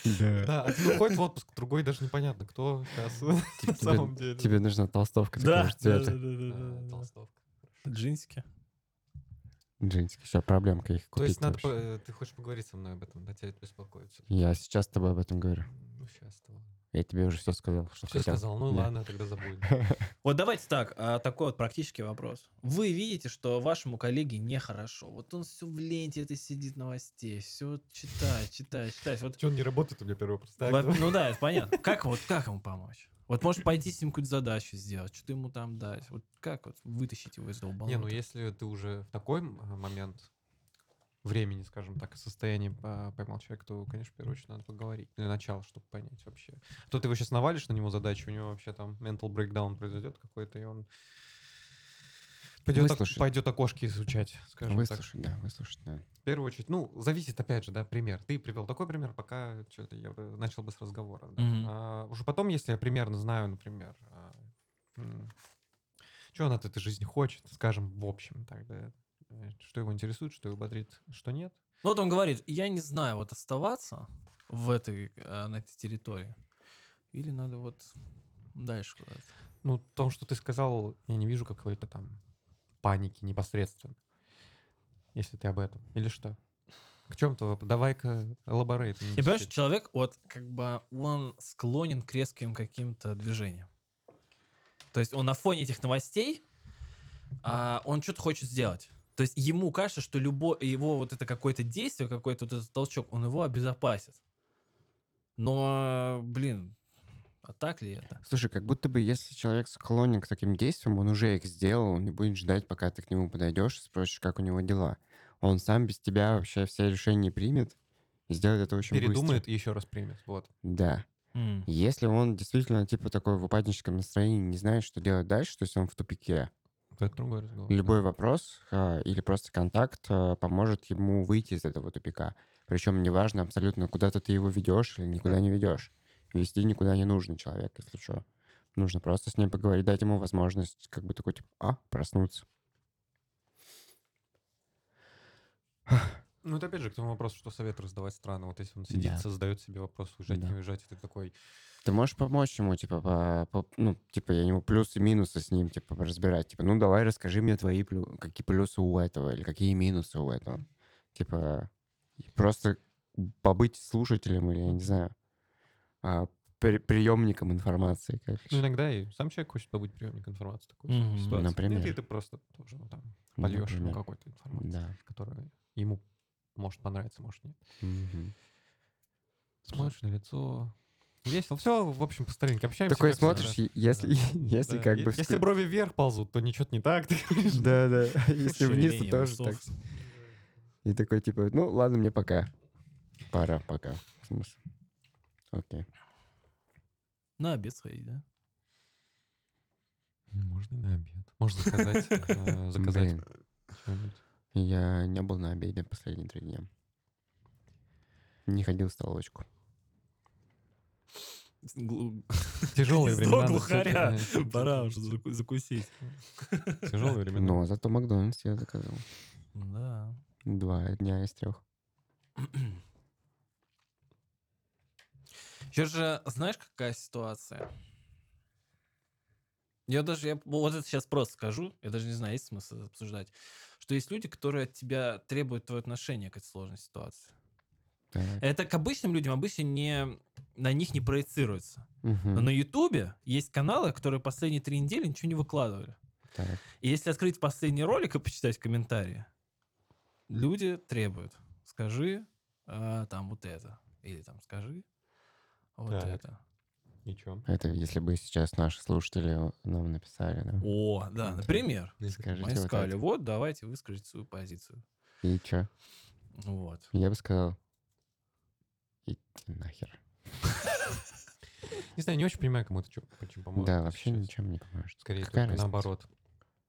Speaker 1: [laughs] Да, один уходит в отпуск, другой даже непонятно, кто сейчас [laughs] на самом деле.
Speaker 2: Типа Тебе, тебе нужна толстовка такого же
Speaker 3: да,
Speaker 2: цвета.
Speaker 1: Э,
Speaker 3: да, да, да.
Speaker 1: Толстовка.
Speaker 3: Джинсики.
Speaker 2: Джинсики. Все, проблемка их
Speaker 1: То есть
Speaker 2: купить
Speaker 1: надо,
Speaker 2: вообще.
Speaker 1: по- э, ты хочешь поговорить со мной об этом, да, тебя это беспокоит. всё-таки.
Speaker 2: Я сейчас с тобой об этом говорю.
Speaker 1: Ну, сейчас.
Speaker 2: Я тебе уже все сказал, что
Speaker 1: Все
Speaker 2: хотел.
Speaker 1: сказал, ну
Speaker 2: Да.
Speaker 1: ладно, тогда [laughs] забудем.
Speaker 3: Вот давайте так, а, такой вот практический вопрос. Вы видите, что вашему коллеге нехорошо. Вот он все в ленте этой сидит новостей, все читает, читает, читает. Вот,
Speaker 1: Че он не работает, у меня первый вопрос. Так,
Speaker 3: во-
Speaker 1: давай.
Speaker 3: ну да, это
Speaker 1: [laughs]
Speaker 3: понятно. Как вот как ему помочь? Вот может пойти с ним какую-то задачу сделать, что-то ему там дать. Вот как вот вытащить его из долбанута?
Speaker 1: Не, ну если ты уже в такой м- а, момент времени, скажем так, и состоянии а, поймал человека, то, конечно, в первую очередь надо поговорить для начала, чтобы понять вообще. А То ты его сейчас навалишь на него задачу, у него вообще там mental breakdown произойдет какой-то, и он пойдет, ок-
Speaker 2: Выслушать.
Speaker 1: пойдет окошки изучать, скажем так.
Speaker 2: Выслушать, да, выслушать, да.
Speaker 1: В первую очередь, ну, зависит, опять же, да, пример. Ты привел такой пример, пока что-то я бы начал бы с разговора. да.
Speaker 3: Мгм.
Speaker 1: А, уже потом, если я примерно знаю, например, а, что он от этой жизни хочет, скажем, в общем, тогда, э, что его интересует, что его бодрит, что нет.
Speaker 3: Ну вот он говорит, я не знаю, вот оставаться в этой, э, на этой территории или надо вот дальше куда-то.
Speaker 1: Ну, в том, что ты сказал, я не вижу какой-то там паники непосредственно, если ты об этом. Или что? К чем-то, давай-ка элаборейт.
Speaker 3: Я понимаю, что человек, вот, как бы, он склонен к резким каким-то движениям. То есть он на фоне этих новостей, а, он что-то хочет сделать. То есть ему кажется, что любое его вот это какое-то действие, какой-то вот этот толчок, он его обезопасит. Но, блин, А так ли это?
Speaker 2: Слушай, как будто бы если человек склонен к таким действиям, он уже их сделал, он не будет ждать, пока ты к нему подойдешь и спросишь, как у него дела. Он сам без тебя вообще все решения примет и сделает это очень
Speaker 1: Передумает
Speaker 2: быстро.
Speaker 1: и еще раз примет. Вот.
Speaker 2: Да.
Speaker 3: М.
Speaker 2: Если он действительно типа такой в упадническом настроении, не знает, что делать дальше, то есть он в тупике,
Speaker 3: Э,
Speaker 1: Это другой разговор. да.
Speaker 2: любой вопрос а, или просто контакт а, поможет ему выйти из этого тупика. Причем неважно абсолютно, куда-то ты его ведешь или никуда не ведешь. Вести никуда не нужно человек, если что. Нужно просто с ним поговорить, дать ему возможность как бы такой, типа, а, проснуться.
Speaker 1: Ну, это опять же к тому вопросу, что совет раздавать странно. Вот если он сидит,
Speaker 2: Да.
Speaker 1: создает себе вопрос, уезжать,
Speaker 2: Да.
Speaker 1: не уезжать, и ты такой,
Speaker 2: Ты можешь помочь ему, типа, по- по- ну, типа, я ему плюсы и минусы с ним, типа, разбирать. Типа, ну, давай расскажи мне твои, плю- какие плюсы у этого или какие минусы у этого. Типа, просто побыть слушателем или, я не знаю, а, при- приемником информации. Как
Speaker 1: Ну,
Speaker 2: ещё.
Speaker 1: иногда и сам человек хочет побыть приемник информации такой
Speaker 3: Мгм.
Speaker 1: ситуации.
Speaker 2: Например.
Speaker 1: Нет, и ты просто тоже ну, там
Speaker 2: Ну,
Speaker 1: польешь ему
Speaker 2: например.
Speaker 1: какой-то информацию,
Speaker 2: Да.
Speaker 1: которая ему может понравиться, может нет.
Speaker 2: Мгм.
Speaker 1: Смотришь на лицо, весело. Все, в общем, по старинке общаемся.
Speaker 2: Такой
Speaker 1: как всегда.
Speaker 2: смотришь, е- если, [laughs] если
Speaker 1: Да,
Speaker 2: как
Speaker 1: е-
Speaker 2: бы...
Speaker 1: Если брови вверх ползут, то ничего не так. ты говоришь.
Speaker 2: [laughs] Да,
Speaker 1: [laughs]
Speaker 2: да. Если вниз, то
Speaker 3: Шевеление
Speaker 2: тоже так.
Speaker 3: усов.
Speaker 2: И такой, типа, ну, ладно, мне пока. Пора, пока. В смысле. Окей.
Speaker 3: На обед сходить, да?
Speaker 2: Ну,
Speaker 1: Можно и на обед. Можно
Speaker 2: [laughs]
Speaker 1: заказать, э, заказать
Speaker 2: Блин,
Speaker 1: что-нибудь.
Speaker 2: я не был на обеде последние три дня. Не ходил в столовочку.
Speaker 3: Глу-
Speaker 1: Тяжелые
Speaker 3: Гнездо
Speaker 1: времена.
Speaker 3: глухаря. Пора уже заку- закусить.
Speaker 1: Тяжелые времена.
Speaker 2: Но зато Макдональдс я заказал.
Speaker 3: Да.
Speaker 2: Два дня из трех.
Speaker 3: Сейчас же, знаешь, какая ситуация? Я даже, я вот это сейчас просто скажу, я даже не знаю, есть смысл это обсуждать, что есть люди, которые от тебя требуют твое отношение к этой сложной ситуации.
Speaker 2: Так.
Speaker 3: Это к обычным людям обычно не, на них не проецируется. Но
Speaker 1: Ну,
Speaker 2: Мгм.
Speaker 3: на Ютубе есть каналы, которые последние три недели ничего не выкладывали.
Speaker 2: Так.
Speaker 3: И если открыть последний ролик и почитать комментарии, люди требуют. Скажи а, там вот это. Или там скажи вот
Speaker 1: Так.
Speaker 3: это.
Speaker 1: Ничего.
Speaker 2: Это если бы сейчас наши слушатели нам написали, да?
Speaker 3: О, да,
Speaker 2: Мгм.
Speaker 3: например.
Speaker 2: Скажите
Speaker 3: Они
Speaker 2: вот
Speaker 3: сказали,
Speaker 2: это.
Speaker 3: вот, давайте выскажите свою позицию.
Speaker 2: И чё?
Speaker 3: Вот.
Speaker 2: Я бы сказал, иди нахер.
Speaker 1: Не знаю, не очень понимаю, кому это чё- очень поможет.
Speaker 2: да,
Speaker 1: если
Speaker 2: вообще
Speaker 1: честно.
Speaker 2: ничем не поможет.
Speaker 1: Скорее
Speaker 2: Какая
Speaker 1: только
Speaker 2: разница?
Speaker 1: наоборот.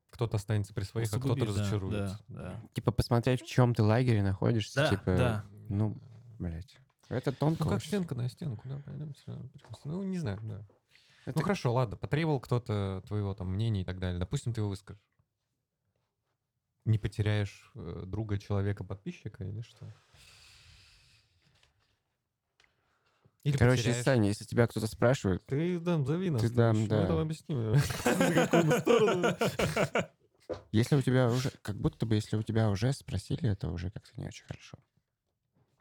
Speaker 1: Кто-то останется при своих, а кто-то
Speaker 3: Усугубить, да,
Speaker 1: разочаруется.
Speaker 3: Да,
Speaker 2: Типа посмотреть, в чем ты лагере находишься,
Speaker 3: да. Да,
Speaker 2: типа,
Speaker 3: да.
Speaker 2: ну, блять. Это тонко.
Speaker 1: Ну, как
Speaker 2: очень.
Speaker 1: стенка на стенку, да, пойдем всё равно перекусим. Ну, не знаю, да.
Speaker 2: Это
Speaker 1: Ну, хорошо, ладно, потребовал кто-то твоего там мнения и так далее. Допустим, ты его выскажешь. Не потеряешь э, друга, человека, подписчика или что? Или
Speaker 2: Короче,
Speaker 1: потеряешь.
Speaker 2: Саня, если тебя кто-то спрашивает,
Speaker 1: Ты дам, зови нас.
Speaker 2: Ты
Speaker 1: ну,
Speaker 2: дам,
Speaker 1: что,
Speaker 2: да.
Speaker 1: Мы там объясним. [laughs] На какую мы сторону.
Speaker 2: если у тебя уже, как будто бы, если у тебя уже спросили, это уже как-то не очень хорошо.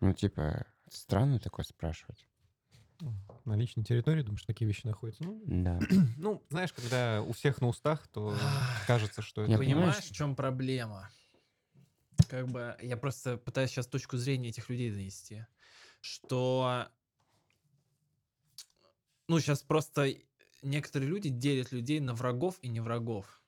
Speaker 2: Ну, типа, странно такое спрашивать.
Speaker 1: На личной территории, думаешь, такие вещи находятся? Ну,
Speaker 2: [clears throat] Да.
Speaker 1: Ну, знаешь, когда у всех на устах, то кажется, что
Speaker 2: Я
Speaker 1: это...
Speaker 2: понимаю,
Speaker 3: Понимаешь, в чем проблема? Как бы я просто пытаюсь сейчас точку зрения этих людей донести, что ну сейчас просто некоторые люди делят людей на врагов и не врагов.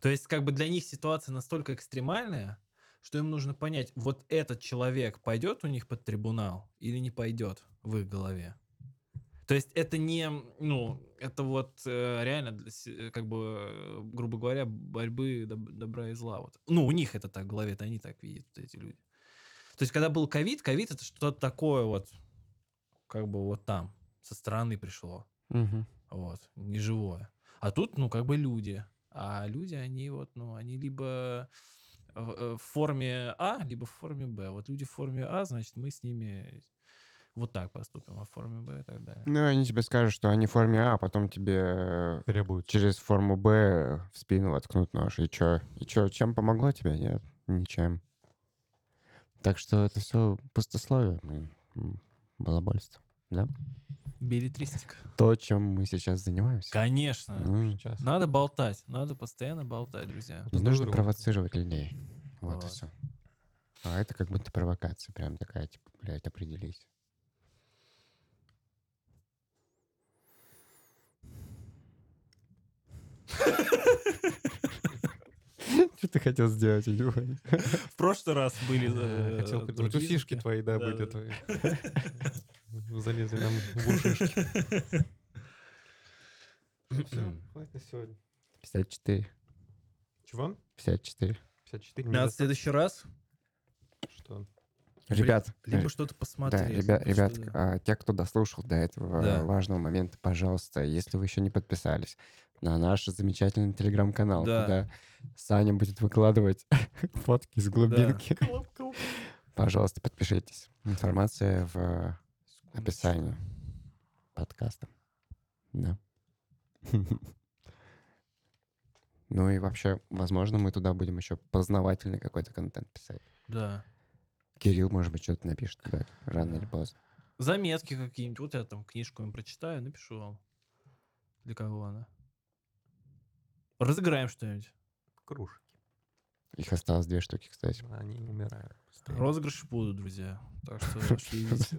Speaker 3: То есть как бы для них ситуация настолько экстремальная, что им нужно понять, вот этот человек пойдет у них под трибунал или не пойдет в их голове. То есть это не, ну, это вот э, реально, для се- э, как бы, э, грубо говоря, борьбы доб- добра и зла. Вот. Ну, у них это так в голове, это они так видят, вот эти люди. То есть, когда был ковид, ковид это что-то такое вот, как бы вот там, со стороны пришло,
Speaker 2: Мгм.
Speaker 3: вот, неживое. А тут, ну, как бы люди. А люди, они вот, ну, они либо в э, в форме А, либо в форме Б. Вот люди в форме А, значит, мы с ними вот так поступим, а в форме Б и так далее.
Speaker 2: Ну, они тебе скажут, что они в форме А, а потом тебе э,
Speaker 1: Требует.
Speaker 2: через форму Б в спину воткнут нож. И чё? И чё? Чем помогло тебе? Нет? Ничем. Так что это все пустословие. блин. М, Балабольство.
Speaker 3: Билетристика.
Speaker 2: То, чем мы сейчас занимаемся. Ну,
Speaker 3: Конечно.
Speaker 2: М.
Speaker 1: Сейчас.
Speaker 3: Надо болтать. Надо постоянно болтать, друзья.
Speaker 2: Не
Speaker 1: Друг
Speaker 2: нужно
Speaker 1: друга.
Speaker 2: провоцировать людей. Вот, и
Speaker 3: Вот.
Speaker 2: все. А это как будто провокация. Прям такая, типа, блядь, определись. [laughs] Что ты хотел сделать, я не понял.
Speaker 3: В прошлый раз были...
Speaker 1: Э,
Speaker 3: э,
Speaker 1: Хотел
Speaker 3: другие
Speaker 1: придумать. Фишки
Speaker 3: звуки.
Speaker 1: твои, да,
Speaker 3: Да,
Speaker 1: были
Speaker 3: да, [laughs]
Speaker 1: твои. Залезли нам в ушишки. Все, хватит на сегодня.
Speaker 2: 54.
Speaker 1: Чего? 54
Speaker 2: 54.
Speaker 3: Надо в
Speaker 1: недостаточно.
Speaker 3: следующий раз
Speaker 1: Что?
Speaker 2: Ребят,
Speaker 3: либо что-то
Speaker 2: Да,
Speaker 3: посмотреть.
Speaker 2: ребя-
Speaker 3: потому
Speaker 2: ребят,
Speaker 3: что-
Speaker 2: а, те, кто дослушал до этого э,
Speaker 3: Да.
Speaker 2: важного момента, пожалуйста, если вы еще не подписались на наш замечательный телеграм-канал,
Speaker 3: Да.
Speaker 2: куда Саня будет выкладывать [laughs] фотки из глубинки, пожалуйста, подпишитесь. Информация в э, описании подкаста.
Speaker 3: [laughs]
Speaker 2: Да. Ну и вообще, возможно, мы туда будем еще познавательный какой-то контент писать.
Speaker 3: Да.
Speaker 2: Кирилл, может быть, что-то напишет туда рано или
Speaker 3: Да.
Speaker 2: поздно.
Speaker 3: Заметки какие-нибудь. Вот я там книжку им прочитаю, напишу вам. Для кого она. Разыграем что-нибудь.
Speaker 1: Кружки.
Speaker 2: Их осталось две штуки, кстати.
Speaker 1: А, Они умирают. постоянно.
Speaker 3: Розыгрыши будут, друзья. Так [laughs] что шлите.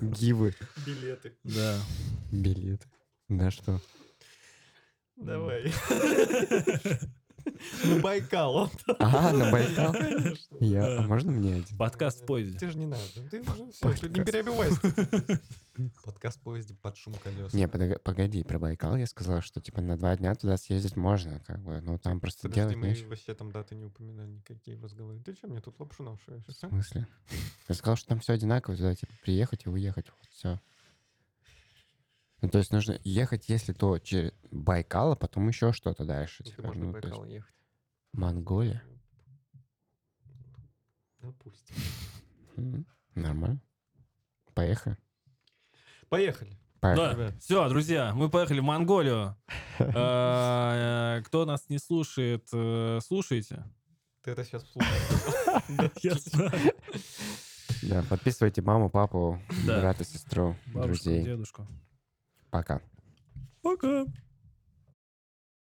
Speaker 2: Гивы,
Speaker 1: Билеты.
Speaker 3: Да. [laughs]
Speaker 2: билеты. Да что?
Speaker 1: Давай. Ну, Байкал. он там.
Speaker 2: А, на Байкал?
Speaker 1: Конечно.
Speaker 2: Я, а можно мне один?
Speaker 3: Подкаст в поезде.
Speaker 1: Тебе же не надо. Ты уже все, не
Speaker 2: Подкаст.
Speaker 1: перебивайся.
Speaker 2: [laughs]
Speaker 1: Подкаст в поезде под шум колес.
Speaker 2: Не, подога- погоди, про Байкал я сказал, что типа на два дня туда съездить можно, как бы, ну там просто
Speaker 1: Подожди,
Speaker 2: делать
Speaker 1: мы
Speaker 2: нечего.
Speaker 1: вообще там даты не упоминали, никакие разговоры. Ты что, мне тут лапшу на уши вешаешь,
Speaker 2: В
Speaker 1: а?
Speaker 2: смысле? Я сказал, что там все одинаково, туда типа приехать и уехать, все. Ну, то есть нужно ехать, если то через Байкал, а потом еще что-то дальше.
Speaker 1: Если
Speaker 2: Типа,
Speaker 1: можно
Speaker 2: ну,
Speaker 1: в
Speaker 2: то есть
Speaker 1: Байкал ехать.
Speaker 2: Монголия.
Speaker 1: Допустим.
Speaker 2: М, Нормально. Поехали.
Speaker 1: Поехали.
Speaker 2: Поехали.
Speaker 3: Да, все, друзья, мы поехали в Монголию. Э, Кто нас не слушает, э, слушайте.
Speaker 1: Ты это сейчас слушаешь.
Speaker 3: Я знаю.
Speaker 2: Да, подписывайте маму, папу,
Speaker 3: Да.
Speaker 2: брата, сестру,
Speaker 3: Бабушку,
Speaker 2: друзей.
Speaker 3: дедушку.
Speaker 2: Пока.
Speaker 3: Пока.